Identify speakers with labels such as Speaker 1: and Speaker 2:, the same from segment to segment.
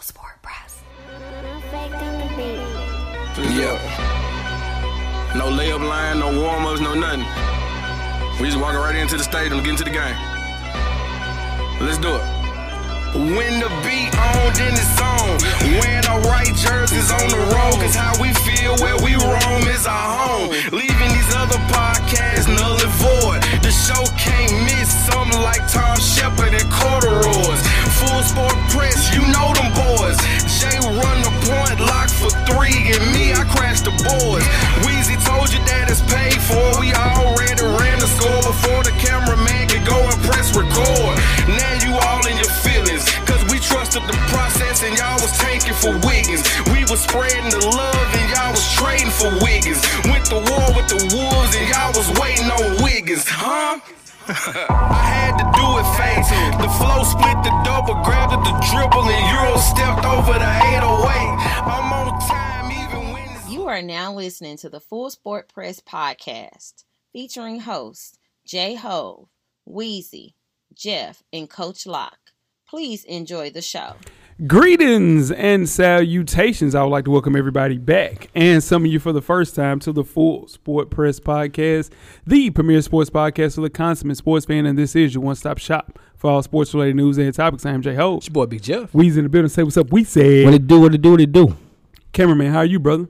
Speaker 1: Sport Press.
Speaker 2: Yeah. No layup line, no warm ups, no nothing. We just walking right into the stadium, get into the game. Let's do it. When the beat on, then it's on. When the right jerseys on the road, cause how we feel where we roam is our home. Leaving these other podcasts null and void. The show can't miss something like Tom Shepard and Corduroys. Full sport press, you know them boys. Jay run the point, lock for three, and me, I crash the boards. Weezy told you that it's paid for. We already ran the score before the cameraman could go and press record. Now you all in your feelings, cause we trusted the process and y'all was tanking for Wiggins. We was spreading the love and y'all was trading for Wiggins. Went to war with the wolves and y'all was waiting on Wiggins, huh? I had to do it fast. The flow split the double, grabbed at the dribble, and Euro stepped over the 808. I'm on time, even when it's
Speaker 3: You are now listening to the Full Sport Press podcast featuring hosts Jay Hove, Wheezy, Jeff, and Coach Locke. Please enjoy the show.
Speaker 4: Greetings and salutations. I would like to welcome everybody back and some of you for the first time to the Full Sport Press Podcast, the premier sports podcast for the consummate sports fan. And this is your one stop shop for all sports related news and topics. I am Jay Ho.
Speaker 5: Your boy Big Jeff.
Speaker 4: Weezy in the building. Say what's up. We said,
Speaker 6: What it do? What it do? What it do?
Speaker 4: Cameraman, how are you, brother?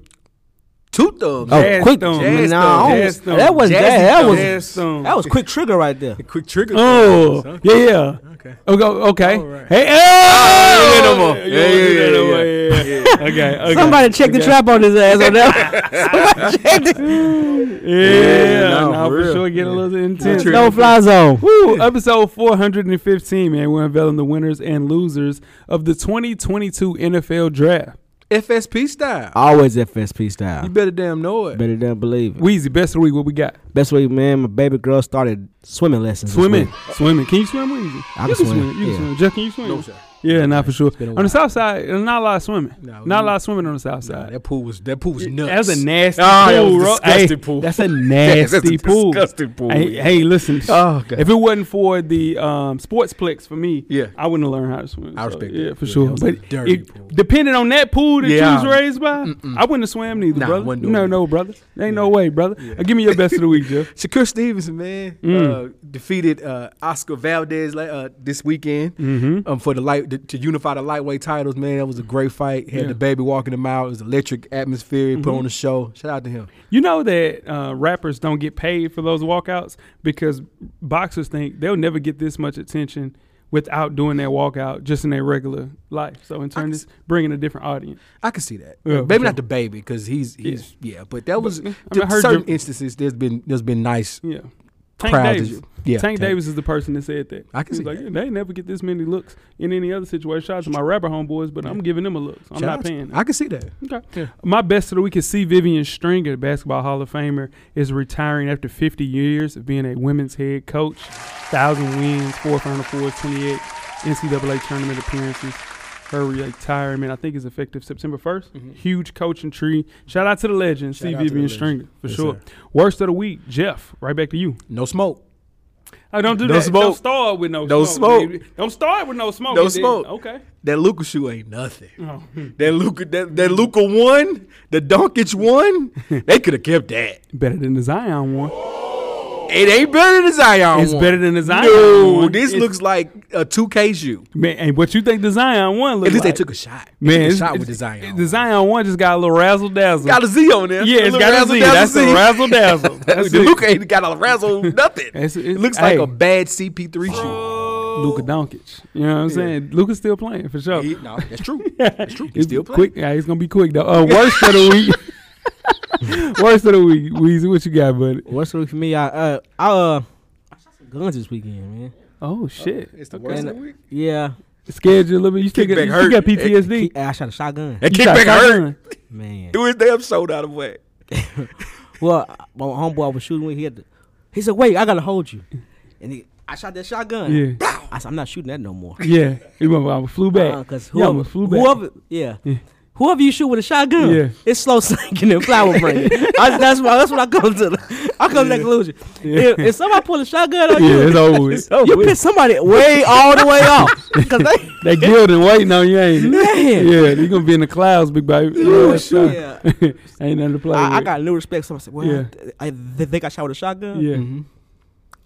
Speaker 5: Two thumbs.
Speaker 6: Oh,
Speaker 4: Jazz
Speaker 6: quick!
Speaker 4: thumb,
Speaker 6: Man,
Speaker 4: jazz
Speaker 6: nah,
Speaker 4: thumb,
Speaker 6: I don't-
Speaker 4: jazz thumb,
Speaker 6: that was
Speaker 4: jazz
Speaker 6: that, that
Speaker 4: thumb,
Speaker 6: was
Speaker 4: jazz thumb.
Speaker 6: that was quick trigger right there.
Speaker 5: Quick trigger.
Speaker 4: Oh,
Speaker 5: thumbs, huh?
Speaker 4: yeah, yeah.
Speaker 5: Okay.
Speaker 4: Okay. okay.
Speaker 5: right.
Speaker 4: Hey,
Speaker 5: yeah, no
Speaker 4: oh,
Speaker 5: more.
Speaker 4: You wanna
Speaker 5: Yeah,
Speaker 4: do
Speaker 5: yeah,
Speaker 4: that
Speaker 5: yeah,
Speaker 4: no
Speaker 5: yeah,
Speaker 4: more, yeah, yeah. Okay, okay.
Speaker 6: Somebody check the trap on his ass on that. Somebody check the
Speaker 4: Yeah,
Speaker 5: Yeah,
Speaker 4: no,
Speaker 5: no, for
Speaker 4: for,
Speaker 5: real.
Speaker 4: sure get a little intense.
Speaker 6: no fly zone. Uh,
Speaker 4: Woo, episode 415, man. We're unveiling the winners and losers of the 2022 NFL draft.
Speaker 5: FSP style.
Speaker 6: Always FSP style.
Speaker 5: You better damn know it.
Speaker 6: Better than believe it.
Speaker 4: Wheezy, best of the week, what we got?
Speaker 6: Best way, man. My baby girl started swimming lessons. this
Speaker 4: Swimming.
Speaker 6: week.
Speaker 4: Swimming. Can you swim, Wheezy?
Speaker 6: I can
Speaker 4: you
Speaker 6: swim,
Speaker 4: You can
Speaker 6: yeah.
Speaker 4: swim. Jeff, can you swim?
Speaker 5: No, sir.
Speaker 4: Yeah, not for sure.
Speaker 5: been a
Speaker 4: On the
Speaker 5: while.
Speaker 4: south side, there's not a lot of swimming.
Speaker 5: Nah, we-
Speaker 4: not a lot of swimming on the south side.
Speaker 5: that pool was that pool was nuts.
Speaker 4: That's a nasty
Speaker 5: Ah, that
Speaker 4: pool,
Speaker 5: was
Speaker 4: bro.
Speaker 5: disgusting
Speaker 4: Hey,
Speaker 5: pool.
Speaker 4: That's a
Speaker 5: That's a
Speaker 4: nasty pool.
Speaker 5: disgusting pool,
Speaker 4: Hey,
Speaker 5: yeah.
Speaker 4: hey, listen.
Speaker 5: Oh, God.
Speaker 4: If it wasn't for the um, sportsplex for me,
Speaker 5: Yeah.
Speaker 4: I wouldn't have learned how to swim.
Speaker 5: I
Speaker 4: so,
Speaker 5: respect
Speaker 4: Yeah,
Speaker 5: that.
Speaker 4: for
Speaker 5: Yeah,
Speaker 4: sure.
Speaker 5: that was a
Speaker 4: But
Speaker 5: dirty
Speaker 4: it-
Speaker 5: pool.
Speaker 4: depending on that pool that
Speaker 5: Yeah,
Speaker 4: you
Speaker 5: I-
Speaker 4: was raised by, I wouldn't have swam neither,
Speaker 5: Nah, I
Speaker 4: brother.
Speaker 5: wasn't doing
Speaker 4: no,
Speaker 5: that.
Speaker 4: no, brother. Ain't no way, brother. Uh, give me your best of the week, Jeff.
Speaker 5: Shakur Stevenson, man,
Speaker 4: Mm.
Speaker 5: uh, defeated uh, Oscar Valdez la- uh, this weekend
Speaker 4: Mm-hmm.
Speaker 5: um, for the light to, to unify the lightweight titles. Man, that was a great fight. Had
Speaker 4: Yeah. Mm-hmm.
Speaker 5: the baby walking him out. It was electric atmosphere. He Put on the show. Shout out to him.
Speaker 4: You know that uh, rappers don't get paid for those walkouts because boxers think they'll never get this much attention without doing their walkout just in their regular life. So in turn,
Speaker 5: can
Speaker 4: it's bringing a different audience.
Speaker 5: I can see that.
Speaker 4: Yeah, for
Speaker 5: maybe
Speaker 4: sure.
Speaker 5: not the baby because he's he's yeah. But that was
Speaker 4: I mean,
Speaker 5: to
Speaker 4: I heard
Speaker 5: certain
Speaker 4: your-
Speaker 5: instances. There's been there's been nice.
Speaker 4: Yeah. Tank
Speaker 5: Proud to
Speaker 4: Davis.
Speaker 5: you. Yeah,
Speaker 4: Tank,
Speaker 5: Tank.
Speaker 4: Davis is the person that said that.
Speaker 5: I can
Speaker 4: He was
Speaker 5: see
Speaker 4: like,
Speaker 5: that.
Speaker 4: yeah, they never get this many looks in any other situation. Shout out to my rapper homeboys, but I'm giving them a look. So I'm
Speaker 5: Shout
Speaker 4: not
Speaker 5: out to-
Speaker 4: paying.
Speaker 5: I can see that.
Speaker 4: Okay. My best of the week is C. Vivian Stringer, basketball Hall of Famer, is retiring after 50 years of being a women's head coach. Thousand wins, four Final Fours, 28 NCAA tournament appearances. Her retirement, I think, is effective September 1st. Huge coaching tree. Mm-hmm. Shout out to the legend, C.
Speaker 5: out to the
Speaker 4: Vivian
Speaker 5: legend.
Speaker 4: Stringer, for
Speaker 5: Yes,
Speaker 4: sure.
Speaker 5: sir.
Speaker 4: Worst of the week, Jeff, right back to you.
Speaker 5: No smoke.
Speaker 4: I Uh, don't do
Speaker 5: No
Speaker 4: that. Don't
Speaker 5: smoke.
Speaker 4: start with no,
Speaker 5: No
Speaker 4: smoke.
Speaker 5: smoke.
Speaker 4: baby. Don't start with no smoke.
Speaker 5: No
Speaker 4: It didn't-
Speaker 5: smoke.
Speaker 4: Okay. Oh.
Speaker 5: That Luca shoe ain't nothing. That Luca that, that Luca one, the Doncic one, they could have kept that.
Speaker 4: Better than the Zion one.
Speaker 5: It ain't better than Zion.
Speaker 4: It's
Speaker 5: one.
Speaker 4: better than the Zion
Speaker 5: No,
Speaker 4: one.
Speaker 5: this
Speaker 4: It's-
Speaker 5: looks like a two K shoe.
Speaker 4: Man, and what you think the Zion one look
Speaker 5: At least
Speaker 4: like?
Speaker 5: they took a shot. They
Speaker 4: Man,
Speaker 5: took a
Speaker 4: it's-
Speaker 5: shot
Speaker 4: it's-
Speaker 5: with the Zion.
Speaker 4: The Zion one just got a little razzle dazzle.
Speaker 5: got a Z on there.
Speaker 4: yeah, it's
Speaker 5: little
Speaker 4: got a
Speaker 5: razzle
Speaker 4: Z.
Speaker 5: dazzle
Speaker 4: That's a
Speaker 5: Z.
Speaker 4: razzle dazzle. That's
Speaker 5: the
Speaker 4: it.
Speaker 5: Luca ain't got a razzle nothing.
Speaker 4: It's- it's-
Speaker 5: it looks like
Speaker 4: hey.
Speaker 5: a bad CP3 shoe.
Speaker 4: Luka Doncic. You know what I'm saying? Luka's still playing for sure.
Speaker 5: He- no, that's true. That's true. He's still playing.
Speaker 4: quick. Yeah, he's gonna be quick though. Uh, worst of the week. worst of the week, Weezy. What you got, buddy?
Speaker 6: What's the week for me? I uh I uh I shot some guns this weekend, man. uh,
Speaker 4: Oh shit!
Speaker 5: It's the worst of the week.
Speaker 6: Yeah,
Speaker 4: Scared you a little bit. You still, got,
Speaker 5: Kickback
Speaker 4: you still got
Speaker 5: hurt.
Speaker 4: PTSD.
Speaker 6: I shot a shotgun.
Speaker 5: That
Speaker 4: You shot
Speaker 5: kickback hurt.
Speaker 4: shotgun.
Speaker 6: Man,
Speaker 5: Do his damn shoulder out of whack.
Speaker 6: Well, my homeboy I was shooting with, he had to, he said, wait, I gotta hold you. And he, I shot that shotgun.
Speaker 4: Yeah.
Speaker 6: Bow! I said, I'm not shooting that no more.
Speaker 4: Yeah, you remember I flew back.
Speaker 6: Because
Speaker 4: yeah, I
Speaker 6: Uh, whoever,
Speaker 4: was flew back.
Speaker 6: whoever, yeah. Whoever you shoot with a shotgun,
Speaker 4: Yeah.
Speaker 6: it's slow sinking and flower burning. I, that's why. That's what I come to. I come to that conclusion. If, if somebody pull a shotgun on
Speaker 4: Yeah,
Speaker 6: you,
Speaker 4: it's over with.
Speaker 6: you piss somebody way all the way off. Cause they,
Speaker 4: They killed and waiting on you, ain't it?
Speaker 6: Man.
Speaker 4: Yeah, you gonna be in the clouds, big baby.
Speaker 6: Ooh,
Speaker 4: Yeah,
Speaker 6: shoot.
Speaker 4: so- ain't nothing to play with.
Speaker 6: I, I got new respect. So I said, well,
Speaker 4: Yeah.
Speaker 6: th- I, they think I shot with a shotgun.
Speaker 4: yeah.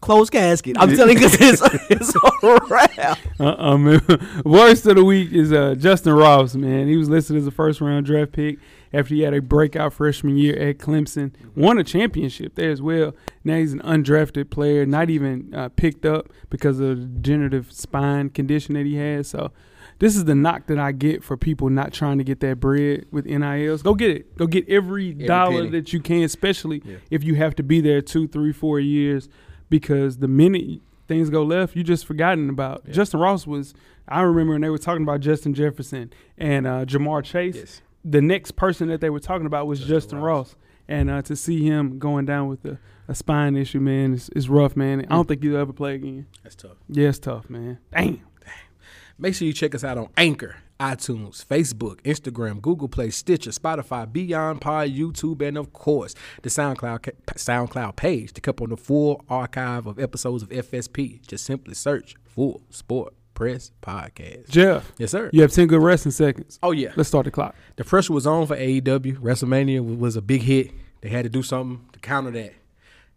Speaker 6: Closed casket. I'm telling you, 'cause it's, it's a wrap.
Speaker 4: Uh-uh, man. Worst of the week is uh, Justin Ross, man. He was listed as a first-round draft pick after he had a breakout freshman year at Clemson. Won a championship there as well. Now he's an undrafted player, not even uh, picked up because of the degenerative spine condition that he has. So this is the knock that I get for people not trying to get that bread with NILs. Go get it. Go get every, dollar
Speaker 5: penny.
Speaker 4: that you can, especially if you have to be there two, three, four years, because the minute things go left, you just forgotten about. Justin Ross was. I remember when they were talking about Justin Jefferson and uh, Jamar Chase.
Speaker 5: Yes.
Speaker 4: The next person that they were talking about was Justin, Ross. and uh, to see him going down with a, a spine issue, man, is, is rough, man. I don't think he'll ever play again.
Speaker 5: Mm. That's tough.
Speaker 4: Yeah, it's tough, man. Damn.
Speaker 5: Make sure you check us out on Anchor, iTunes, Facebook, Instagram, Google Play, Stitcher, Spotify, Beyond Pod, YouTube, and of course the SoundCloud ca- SoundCloud page to keep on the full archive of episodes of FSP. Just simply search Full Sport Press Podcast.
Speaker 4: Jeff.
Speaker 5: Yes, sir.
Speaker 4: You have ten good resting seconds.
Speaker 5: Oh, yeah.
Speaker 4: Let's start the clock.
Speaker 5: The pressure was on for AEW. WrestleMania w- was a big hit. They had to do something to counter that.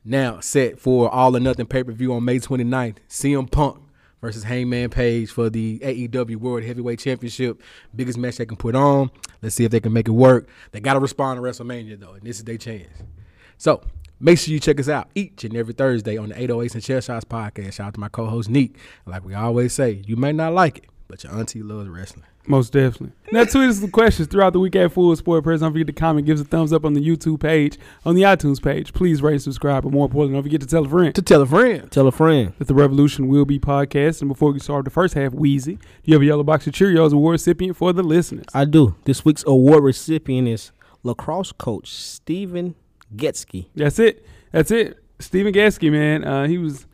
Speaker 5: Now set for All or Nothing pay per view on May 29th. CM Punk versus Hangman Page for the AEW World Heavyweight Championship. Biggest match they can put on. Let's see if they can make it work. They got to respond to WrestleMania though, and this is their chance. So make sure you check us out each and every Thursday on the 808s and Chair Shots podcast. Shout out to my co-host Neek. Like we always say, you may not like it, but your auntie loves wrestling.
Speaker 4: Most definitely. Now, tweet us the questions throughout the week at Full Sport Press. Don't forget to comment, give us a thumbs up on the YouTube page, on the iTunes page. Please rate and subscribe, but more importantly, don't forget to tell a friend
Speaker 5: To tell a friend.
Speaker 6: Tell a friend.
Speaker 4: that the Revolution will be podcast. And before we start the first half, Wheezy, do you have a yellow box of Cheerios award recipient for the listeners?
Speaker 6: I do. This week's award recipient is lacrosse coach Steven Getsky.
Speaker 4: That's it. That's it. Stephen Gasky, man, uh, he was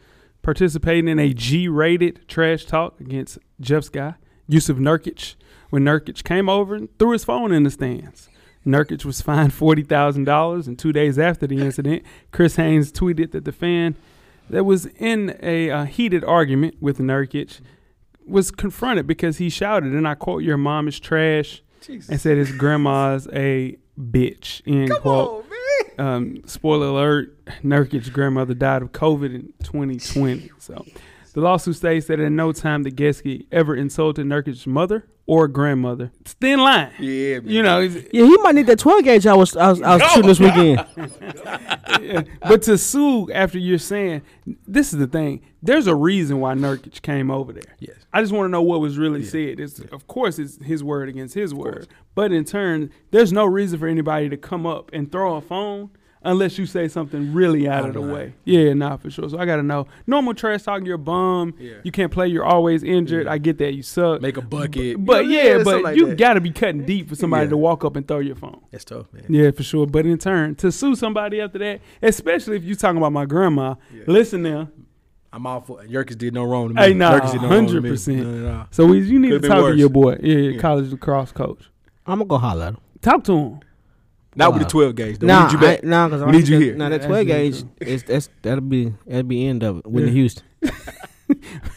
Speaker 4: participating in a G-rated trash talk against Jeff's guy, Yusuf Nurkic, when Nurkic came over and threw his phone in the stands. Nurkic was fined forty thousand dollars, and two days after the incident, Chris Haynes tweeted that the fan that was in a uh, heated argument with Nurkic was confronted because he shouted, and I quote, "Your mom is trash," and said his grandma's a bitch. End quote. Um, spoiler alert: Nurkic's grandmother died of COVID in 2020. So, the lawsuit states that at no time the Geske ever insulted Nurkic's mother or grandmother. It's a thin line.
Speaker 5: Yeah, man.
Speaker 4: you know. it's-
Speaker 6: Yeah, he might need that 12 gauge I was I was, I was shooting this weekend.
Speaker 4: But to sue after you're saying this is the thing. There's a reason why Nurkic came over there.
Speaker 5: Yes.
Speaker 4: I just want to know what was really said. It's, Of course, it's his word against his word. But in turn, there's no reason for anybody to come up and throw a phone unless you say something really out of the way. Yeah, nah, for sure. So I got to know. Normal trash talking, you're a bum.
Speaker 5: Yeah.
Speaker 4: You can't play. You're always injured. I get that. You suck.
Speaker 5: Make a bucket.
Speaker 4: but
Speaker 5: You know,
Speaker 4: yeah, but
Speaker 5: something like
Speaker 4: you
Speaker 5: that.
Speaker 4: got to be cutting deep for somebody
Speaker 5: Yeah.
Speaker 4: to walk up and throw your phone.
Speaker 5: That's tough, man.
Speaker 4: Yeah, for sure. But in turn, to sue somebody after that, especially if you talking about my grandma, listen now.
Speaker 5: I'm all for Yerkes did no wrong to me.
Speaker 4: Hey, nah,
Speaker 5: Yerkes did no wrong to
Speaker 4: hundred
Speaker 5: me. No, no, no.
Speaker 4: percent. So we, you need
Speaker 5: Could've
Speaker 4: to
Speaker 5: been
Speaker 4: talk to
Speaker 5: worse.
Speaker 4: your boy, yeah, yeah, college lacrosse coach.
Speaker 6: I'm gonna go holler at him.
Speaker 4: Talk to him.
Speaker 5: Not with the 12 gauge. though.
Speaker 6: Nah,
Speaker 5: we need you
Speaker 6: I-
Speaker 5: back.
Speaker 6: nah, cause I
Speaker 5: we need you
Speaker 6: that,
Speaker 5: here.
Speaker 6: Nah, that
Speaker 4: That's
Speaker 6: 12
Speaker 4: really
Speaker 6: gauge
Speaker 4: true.
Speaker 6: is that's that'll be that'll be end of it with the
Speaker 4: Yeah.
Speaker 6: Houston.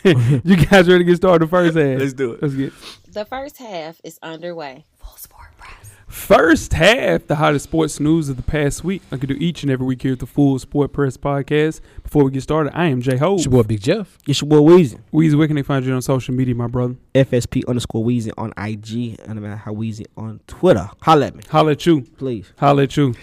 Speaker 4: you guys ready to get started? First half.
Speaker 5: Let's do it.
Speaker 4: Let's get
Speaker 3: The first half is underway. Full Sport Press.
Speaker 4: first half. The hottest sports news of the past week. I could do each and every week here at the Full Sport Press Podcast. Before we get started, I am Jay Ho.
Speaker 5: It's your boy Big Jeff.
Speaker 6: It's your boy Weezy.
Speaker 4: Weezy, where can they find you on social media, my brother?
Speaker 6: FSP underscore Weezy on IG and I'm at how Weezy on Twitter. Holler at me,
Speaker 4: Holla at you.
Speaker 6: please.
Speaker 4: Holla at you.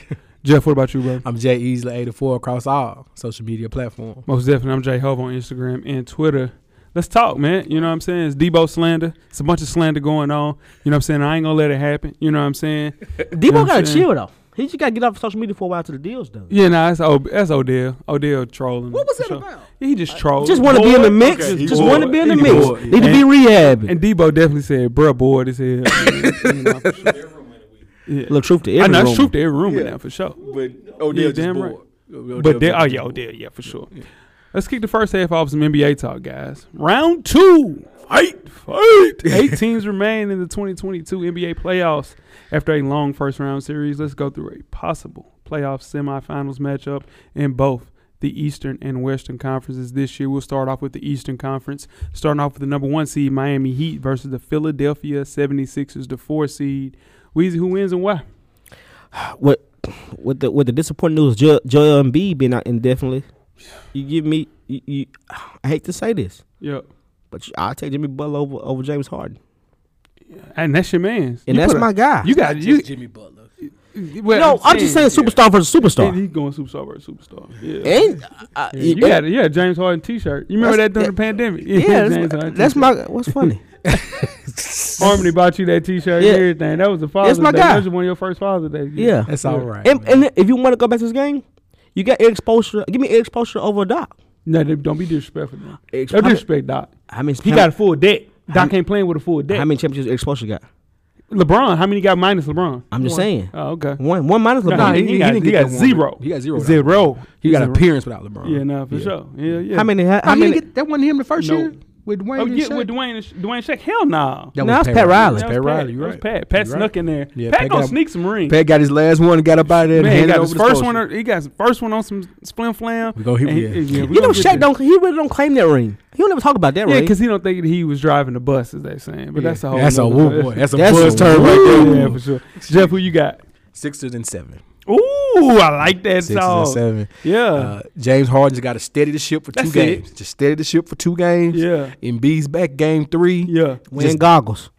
Speaker 4: Jeff, what about you, brother?
Speaker 5: I'm Jay Easley, 84 across all social media platforms.
Speaker 4: Most definitely. I'm Jay Hove on Instagram and Twitter. Let's talk, man. You know what I'm saying? It's Debo slander. It's a bunch of slander going on. You know what I'm saying? I ain't gonna let it happen. You know what I'm saying?
Speaker 6: Debo
Speaker 4: what I'm
Speaker 6: gotta
Speaker 4: saying?
Speaker 6: chill though. He just gotta get off social media for a while till the deal's done.
Speaker 4: Yeah, nah, that's o- that's Odell. Odell trolling.
Speaker 5: What was
Speaker 4: For
Speaker 5: that
Speaker 4: sure.
Speaker 5: about?
Speaker 4: Oh, He just trolled.
Speaker 6: Uh, Just want to be in the
Speaker 4: Boy,
Speaker 6: mix.
Speaker 4: okay, he
Speaker 6: just
Speaker 4: bored.
Speaker 6: want to be in the
Speaker 4: He
Speaker 6: mix.
Speaker 4: bored.
Speaker 6: Need to be
Speaker 4: And-
Speaker 6: rehabbing.
Speaker 4: And Debo definitely said, "Bruh, bored as hell." You know, for sure. yeah.
Speaker 6: Look, truth to
Speaker 4: I
Speaker 6: every
Speaker 4: know
Speaker 6: rumor.
Speaker 4: it's truth to every rumor now for sure.
Speaker 5: But
Speaker 4: Yeah, damn right. But there, oh yeah, Odell, yeah, for sure. Let's kick the first half off with some NBA talk, guys. Round two, fight, fight. Eight teams remain in the 2022 NBA playoffs after a long first round series. Let's go through a possible playoff semifinals matchup in both the Eastern and Western conferences this year. We'll start off with the Eastern Conference, starting off with the number one seed Miami Heat versus the Philadelphia 76ers, the four seed. Weezy, who wins and why?
Speaker 6: What with the with the disappointing news, Joel, Joel Embiid being out indefinitely. You give me you, you. I hate to say this,
Speaker 4: Yep.
Speaker 6: but I take Jimmy Butler over over James Harden,
Speaker 4: And that's your man's.
Speaker 6: and
Speaker 4: You
Speaker 6: that's
Speaker 4: put a-
Speaker 6: my guy.
Speaker 4: You got you.
Speaker 5: Just Jimmy Butler.
Speaker 4: well,
Speaker 6: no, I'm just saying superstar versus
Speaker 4: Yeah.
Speaker 6: superstar.
Speaker 4: He's going superstar versus superstar. Yeah.
Speaker 6: And uh,
Speaker 4: You
Speaker 6: and-
Speaker 4: got yeah, James Harden T-shirt. You remember that
Speaker 6: That's-
Speaker 4: during the pandemic?
Speaker 6: yeah,
Speaker 4: James
Speaker 6: that's,
Speaker 4: Harden
Speaker 6: that's
Speaker 4: t-shirt.
Speaker 6: my what's funny.
Speaker 4: Harmony bought you that T-shirt
Speaker 6: Yeah.
Speaker 4: and everything. That was the Father's
Speaker 6: my
Speaker 4: Day.
Speaker 6: guy.
Speaker 4: That was one of your first Father's Day. gifts.
Speaker 6: yeah,
Speaker 5: That's all right.
Speaker 6: and,
Speaker 5: man.
Speaker 6: and if you want to go back to this game, you got Eric Spoelstra. Give me Eric Spoelstra over Doc.
Speaker 4: No, they- don't be disrespectful. Now.
Speaker 6: Ex-
Speaker 4: Don't
Speaker 6: I mean-
Speaker 4: disrespect Doc.
Speaker 6: How many?
Speaker 4: He
Speaker 6: how,
Speaker 4: got a full deck.
Speaker 6: How
Speaker 4: Doc ain't playing with a full deck.
Speaker 6: how many championships Eric Spoelstra got?
Speaker 4: LeBron, how many got minus LeBron?
Speaker 6: I'm just saying.
Speaker 4: Oh, okay.
Speaker 6: One one minus LeBron.
Speaker 4: Nah, he- he got- he got
Speaker 5: that one.
Speaker 4: zero.
Speaker 5: He got zero. without
Speaker 4: Zero.
Speaker 5: LeBron. He got
Speaker 4: Zero.
Speaker 5: appearance without LeBron.
Speaker 4: Yeah, no, for sure. Yeah, yeah.
Speaker 6: How many? How,
Speaker 5: I
Speaker 6: how
Speaker 5: mean,
Speaker 6: many?
Speaker 5: get, that wasn't him the first
Speaker 4: No.
Speaker 5: year with Dwayne.
Speaker 4: Oh,
Speaker 5: and
Speaker 4: yeah,
Speaker 5: Shaq?
Speaker 4: with Dwayne, and Sh- Dwayne Shaq. Hell no.
Speaker 5: That
Speaker 6: No,
Speaker 5: was
Speaker 6: it's Pat Riley.
Speaker 5: That was Pat Riley. You're
Speaker 4: That was
Speaker 5: right.
Speaker 4: Pat. Pat
Speaker 5: You're
Speaker 4: snuck
Speaker 5: right.
Speaker 4: in there.
Speaker 5: Yeah,
Speaker 4: Pat,
Speaker 5: Pat
Speaker 4: gonna
Speaker 5: got-
Speaker 4: sneak some rings.
Speaker 5: Pat got his last one, got up out of there,
Speaker 4: Man, he
Speaker 5: and handed
Speaker 4: got
Speaker 5: over
Speaker 4: his
Speaker 5: to
Speaker 4: first
Speaker 5: Spoelstra.
Speaker 4: one. He got his first one on some splim flam.
Speaker 5: We gonna hit-
Speaker 4: And-
Speaker 5: yeah.
Speaker 4: and yeah, we
Speaker 6: You know,
Speaker 4: gonna get
Speaker 6: Shaq
Speaker 4: there.
Speaker 6: don't. He really don't claim that ring. He don't ever talk about that
Speaker 4: Yeah,
Speaker 6: ring.
Speaker 4: because he don't think that he was driving the bus, as they saying. But that's a whole.
Speaker 5: That's a
Speaker 4: nother-
Speaker 5: woo boy. That's a
Speaker 6: That's a
Speaker 5: buzz term right
Speaker 4: Yeah,
Speaker 5: there.
Speaker 4: for sure. Jeff, who you got?
Speaker 5: Sixers and seven.
Speaker 4: Ooh, I like that
Speaker 5: Sixers
Speaker 4: song.
Speaker 5: and seven.
Speaker 4: Yeah.
Speaker 5: Uh, James Harden's got to steady the ship for two
Speaker 4: That's it.
Speaker 5: games. Just steady the ship for two games.
Speaker 4: Yeah.
Speaker 5: Embiid's back game three.
Speaker 4: yeah.
Speaker 6: wearing
Speaker 5: just-
Speaker 6: goggles.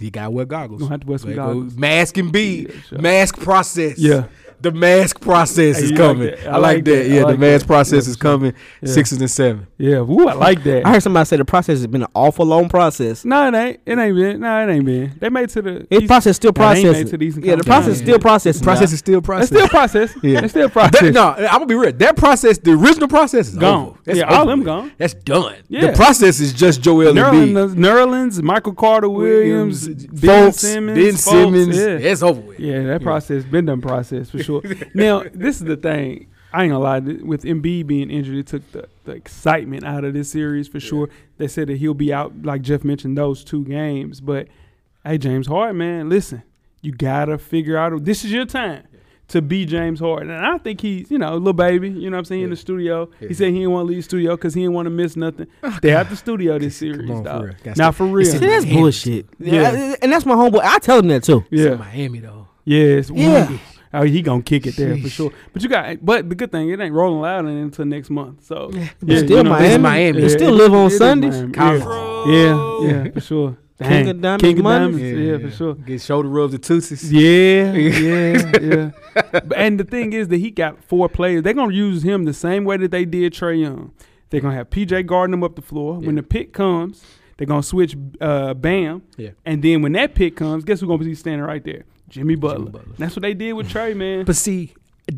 Speaker 5: You got to wear goggles.
Speaker 4: Gonna have to wear some
Speaker 5: There goes
Speaker 4: goggles.
Speaker 5: Mask Embiid.
Speaker 4: Yeah, sure.
Speaker 5: Mask process.
Speaker 4: Yeah.
Speaker 5: The mask process
Speaker 4: Hey,
Speaker 5: is
Speaker 4: you like
Speaker 5: coming.
Speaker 4: that.
Speaker 5: I, like that.
Speaker 4: I
Speaker 5: Yeah, the
Speaker 4: like
Speaker 5: mask
Speaker 4: that.
Speaker 5: process
Speaker 4: Yeah,
Speaker 5: is
Speaker 4: for sure.
Speaker 5: coming.
Speaker 4: Yeah.
Speaker 5: Sixes and seven.
Speaker 4: Yeah. Ooh, I like that.
Speaker 6: I heard somebody say the process has been an awful long process.
Speaker 4: no, it ain't. It ain't been. No, it ain't been. They made it to the.
Speaker 6: It
Speaker 4: East-
Speaker 6: process still
Speaker 4: Nah, they ain't made
Speaker 6: processing.
Speaker 4: it to the Eastern
Speaker 6: yeah, the
Speaker 4: Conference.
Speaker 6: process
Speaker 4: Nah.
Speaker 6: still processing.
Speaker 5: Process
Speaker 6: Nah.
Speaker 5: is still
Speaker 4: It's
Speaker 5: process.
Speaker 4: still process.
Speaker 5: Yeah.
Speaker 4: It's still
Speaker 5: That,
Speaker 4: process.
Speaker 5: no, I'm gonna be real. That process, the original process, is
Speaker 4: Gone.
Speaker 5: Over. That's
Speaker 4: Yeah, all
Speaker 5: over
Speaker 4: them
Speaker 5: with.
Speaker 4: gone.
Speaker 5: That's done.
Speaker 4: Yeah.
Speaker 5: The process is just Joel Embiid,
Speaker 4: Nerlens, Nerlens, Michael Carter Williams, Ben
Speaker 5: Fultz,
Speaker 4: Simmons,
Speaker 5: Ben
Speaker 4: Fultz,
Speaker 5: Simmons.
Speaker 4: yeah.
Speaker 5: It's over with.
Speaker 4: Yeah, that process been done process for sure. now, this is the thing. I ain't gonna lie. th- With Embiid being injured, it took the, the excitement out of this series for sure. They said that he'll be out, like Jeff mentioned, those two games. But hey, James Harden, man, listen, you gotta figure out. This is your time to be James Harden, and I think he's, you know, a little baby. You know what I'm saying? In the studio, he said he didn't want to leave the studio because he didn't want to miss nothing. Stay out the studio this series,
Speaker 5: Oh, on, for
Speaker 4: dog.
Speaker 5: real. Gotta
Speaker 4: Not
Speaker 5: stay-
Speaker 4: for real.
Speaker 5: It's
Speaker 6: See,
Speaker 5: in-
Speaker 6: that's
Speaker 5: Yeah.
Speaker 6: bullshit.
Speaker 4: Yeah.
Speaker 6: Yeah, and that's my homeboy. I tell him that too.
Speaker 5: It's in
Speaker 4: Yeah,
Speaker 5: Miami though.
Speaker 4: Yes.
Speaker 6: Yeah.
Speaker 4: Ooh. Oh, he gonna kick it there for
Speaker 5: Sheesh.
Speaker 4: sure. But you got, but the good thing it ain't rolling loud until next month. So yeah,
Speaker 6: still
Speaker 5: Miami. Miami.
Speaker 4: Yeah,
Speaker 5: They
Speaker 6: still live on
Speaker 4: is
Speaker 6: Sundays.
Speaker 4: Miami.
Speaker 5: Come
Speaker 4: Yeah. yeah, yeah, for sure.
Speaker 6: King
Speaker 4: Dang.
Speaker 6: of Diamonds
Speaker 4: King of
Speaker 6: Mondays.
Speaker 4: Diamonds, yeah, for sure.
Speaker 5: Get shoulder rubs and tootsies.
Speaker 4: Yeah, yeah, yeah. But- and the thing is that he got four players. They're gonna use him the same way that they did Trey Young. They're gonna have PJ guarding him up the floor. When the pick comes, they're gonna switch uh, Bam.
Speaker 5: Yeah.
Speaker 4: And then when that pick comes, guess who's gonna be standing right there? Jimmy Butler.
Speaker 5: Butler.
Speaker 4: That's what they did with Trey, man.
Speaker 5: But see,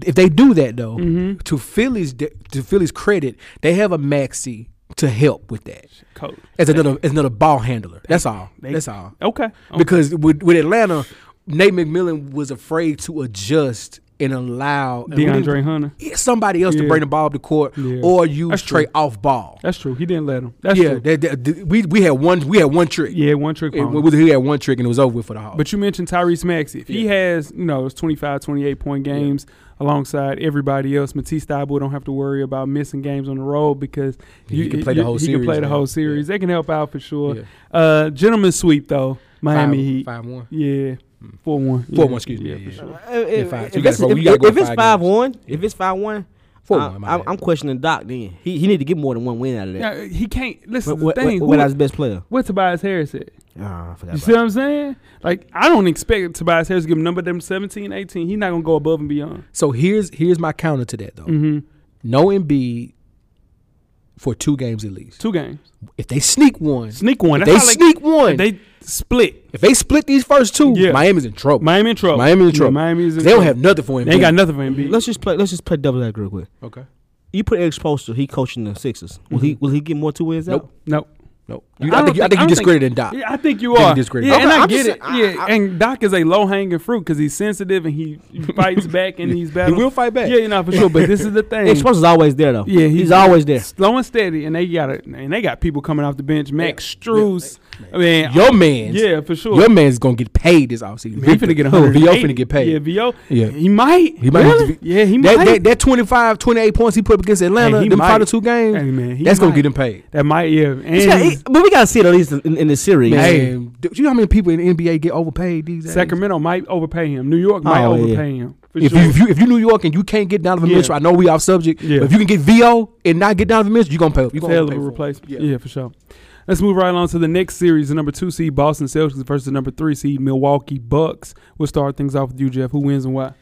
Speaker 5: if they do that though,
Speaker 4: Mm-hmm.
Speaker 5: to Philly's de- to Philly's credit, they have a maxi to help with that.
Speaker 4: Coach.
Speaker 5: As another as another ball handler. That's all. That's all.
Speaker 4: Okay. Um,
Speaker 5: Because with, with Atlanta, Nate McMillan was afraid to adjust and allow and we didn't-
Speaker 4: DeAndre Hunter.
Speaker 5: Yeah, somebody else
Speaker 4: Yeah.
Speaker 5: to bring the ball up the court
Speaker 4: Yeah.
Speaker 5: or use
Speaker 4: That's
Speaker 5: Trey
Speaker 4: true.
Speaker 5: off ball.
Speaker 4: That's true. He didn't let him. That's
Speaker 5: yeah,
Speaker 4: true.
Speaker 5: that- that- th- we we had one we had one trick.
Speaker 4: yeah, one trick
Speaker 5: It-
Speaker 4: pony.
Speaker 5: we- he had one trick and it was over with for the Hawks.
Speaker 4: but you mentioned Tyrese Maxey. If he has, you know, it's 25, 28 point games alongside everybody else, Matisse Thybulle don't have to worry about missing games on the road because
Speaker 5: He can play the whole
Speaker 4: He can play the
Speaker 5: series now.
Speaker 4: whole series. They can help out for sure.
Speaker 5: Yeah.
Speaker 4: Uh, gentleman sweep though, Miami
Speaker 5: Five-
Speaker 4: Heat.
Speaker 5: five one.
Speaker 4: Yeah, four one.
Speaker 5: Four one, excuse me.
Speaker 4: yeah,
Speaker 5: Yeah,
Speaker 4: for
Speaker 5: yeah.
Speaker 4: sure.
Speaker 6: If,
Speaker 5: five-
Speaker 6: if
Speaker 5: you gotta
Speaker 6: it's-
Speaker 5: go-
Speaker 6: if-
Speaker 5: you gotta go
Speaker 6: if it's
Speaker 5: five
Speaker 6: five
Speaker 5: games.
Speaker 6: one, if it's five one,
Speaker 5: Four
Speaker 6: I-
Speaker 5: one, my
Speaker 6: I'm,
Speaker 5: bad.
Speaker 6: I'm questioning Doc. Then he he need to get more than one win out of that.
Speaker 4: Now, he can't.
Speaker 6: What
Speaker 4: Listen,
Speaker 6: what-
Speaker 4: the thing.
Speaker 6: what-
Speaker 4: who-
Speaker 6: what was best player?
Speaker 4: what Tobias Harris said.
Speaker 6: Ah, I forgot
Speaker 4: You
Speaker 6: about
Speaker 4: see what I'm saying? Like, I don't expect Tobias Harris to give him number them 17, 18. He's not going to go above and beyond.
Speaker 5: So here's here's my counter to that though.
Speaker 4: Mm-hmm.
Speaker 5: No Embiid for two games at least.
Speaker 4: Two games.
Speaker 5: If they sneak one,
Speaker 4: Sneak one.
Speaker 5: if
Speaker 4: That's
Speaker 5: they
Speaker 4: how
Speaker 5: sneak one.
Speaker 4: If they split.
Speaker 5: if they split these first two,
Speaker 4: Yeah.
Speaker 5: Miami's in trouble.
Speaker 4: Miami in trouble.
Speaker 5: Miami in
Speaker 4: Yeah,
Speaker 5: trouble.
Speaker 4: Miami is in
Speaker 5: they don't
Speaker 4: trouble.
Speaker 5: have nothing for Embiid.
Speaker 4: They ain't got nothing for Embiid.
Speaker 6: that. Let's just play. Let's just play double that real quick.
Speaker 5: Okay.
Speaker 6: You put Eric Spoelstra. He coaching the Sixers. Will he will he get more two wins out?
Speaker 5: Nope.
Speaker 4: no.
Speaker 5: Nope. You, I, think, you- I think you
Speaker 4: don't
Speaker 5: discredited Doc.
Speaker 4: Yeah, I think you
Speaker 5: I think
Speaker 4: are.
Speaker 5: you discredited
Speaker 4: yeah, and
Speaker 5: him.
Speaker 6: Okay,
Speaker 4: I
Speaker 6: I'm
Speaker 4: get
Speaker 6: just
Speaker 4: it.
Speaker 6: saying,
Speaker 4: yeah,
Speaker 6: I- I-
Speaker 4: and Doc is a low hanging fruit because he's sensitive and he fights back in these battles.
Speaker 5: will fight back.
Speaker 4: Yeah, you know for sure. But this is the thing.
Speaker 6: Eric Spoelstra's always there though.
Speaker 4: Yeah,
Speaker 6: he's, always there.
Speaker 4: Slow and steady, and they got it. And they got people coming off the bench. Max Struz, I mean,
Speaker 5: Your man's
Speaker 4: yeah, for sure.
Speaker 5: Your man's gonna get paid this offseason.
Speaker 4: Man, he finna get
Speaker 5: Victor,
Speaker 4: 100.
Speaker 5: Vio finna get paid.
Speaker 4: Yeah, Vio.
Speaker 5: Yeah.
Speaker 4: he might.
Speaker 5: He might
Speaker 4: Really?
Speaker 5: be-
Speaker 4: Yeah, he
Speaker 5: that,
Speaker 4: might.
Speaker 5: That, that 25, 28 points he put up against Atlanta,
Speaker 4: Hey, he
Speaker 5: them
Speaker 4: might.
Speaker 5: final two games,
Speaker 4: Hey, man, he
Speaker 5: that's gonna
Speaker 4: might.
Speaker 5: get him paid.
Speaker 4: That might. Yeah, and
Speaker 6: Yeah, he- but we gotta see it at least in, in the series.
Speaker 5: Man,
Speaker 4: Hey.
Speaker 5: do you know how many people in the NBA get overpaid these days?
Speaker 4: Sacramento might overpay him. New York might
Speaker 6: Oh, yeah.
Speaker 4: overpay him. For
Speaker 5: If
Speaker 4: sure.
Speaker 5: you, if you if you New York and you can't get Donovan
Speaker 4: Yeah.
Speaker 5: Mitchell, I know we off subject.
Speaker 4: Yeah.
Speaker 5: But if you can get Vo and not get Donovan Mitchell, you gonna pay. You
Speaker 4: It's
Speaker 5: gonna
Speaker 4: a hell of
Speaker 5: pay
Speaker 4: a
Speaker 5: for it.
Speaker 4: replacement.
Speaker 5: Yeah.
Speaker 4: Yeah. for sure. Let's move right along to the next series. The number two seed Boston Celtics versus the number three seed Milwaukee Bucks. We'll start things off with you, Jeff. Who wins and why?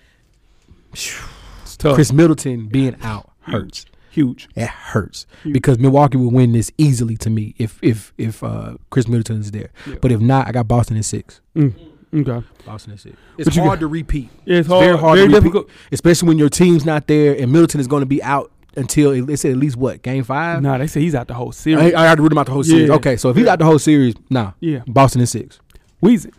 Speaker 4: It's tough.
Speaker 5: Chris Middleton being out hurts.
Speaker 4: Huge.
Speaker 5: It hurts because Milwaukee will win this easily to me if if if uh, Chris Middleton is there.
Speaker 4: Yeah.
Speaker 5: But if not, I got Boston in six.
Speaker 4: Mm. Okay.
Speaker 5: Boston in six. It's
Speaker 4: But you
Speaker 5: hard to repeat.
Speaker 4: Yeah, it's
Speaker 5: It's very hard, to
Speaker 4: Very
Speaker 5: repeat,
Speaker 4: difficult.
Speaker 5: especially when your team's not there and Middleton is going to be out until they said at least what game five.
Speaker 4: Nah, they say he's out the whole
Speaker 5: I,
Speaker 4: series.
Speaker 5: I had to root him out the whole series.
Speaker 4: Yeah.
Speaker 5: Okay, so if he's out the whole series, nah,
Speaker 4: Yeah.
Speaker 5: Boston in six.
Speaker 4: Weezy.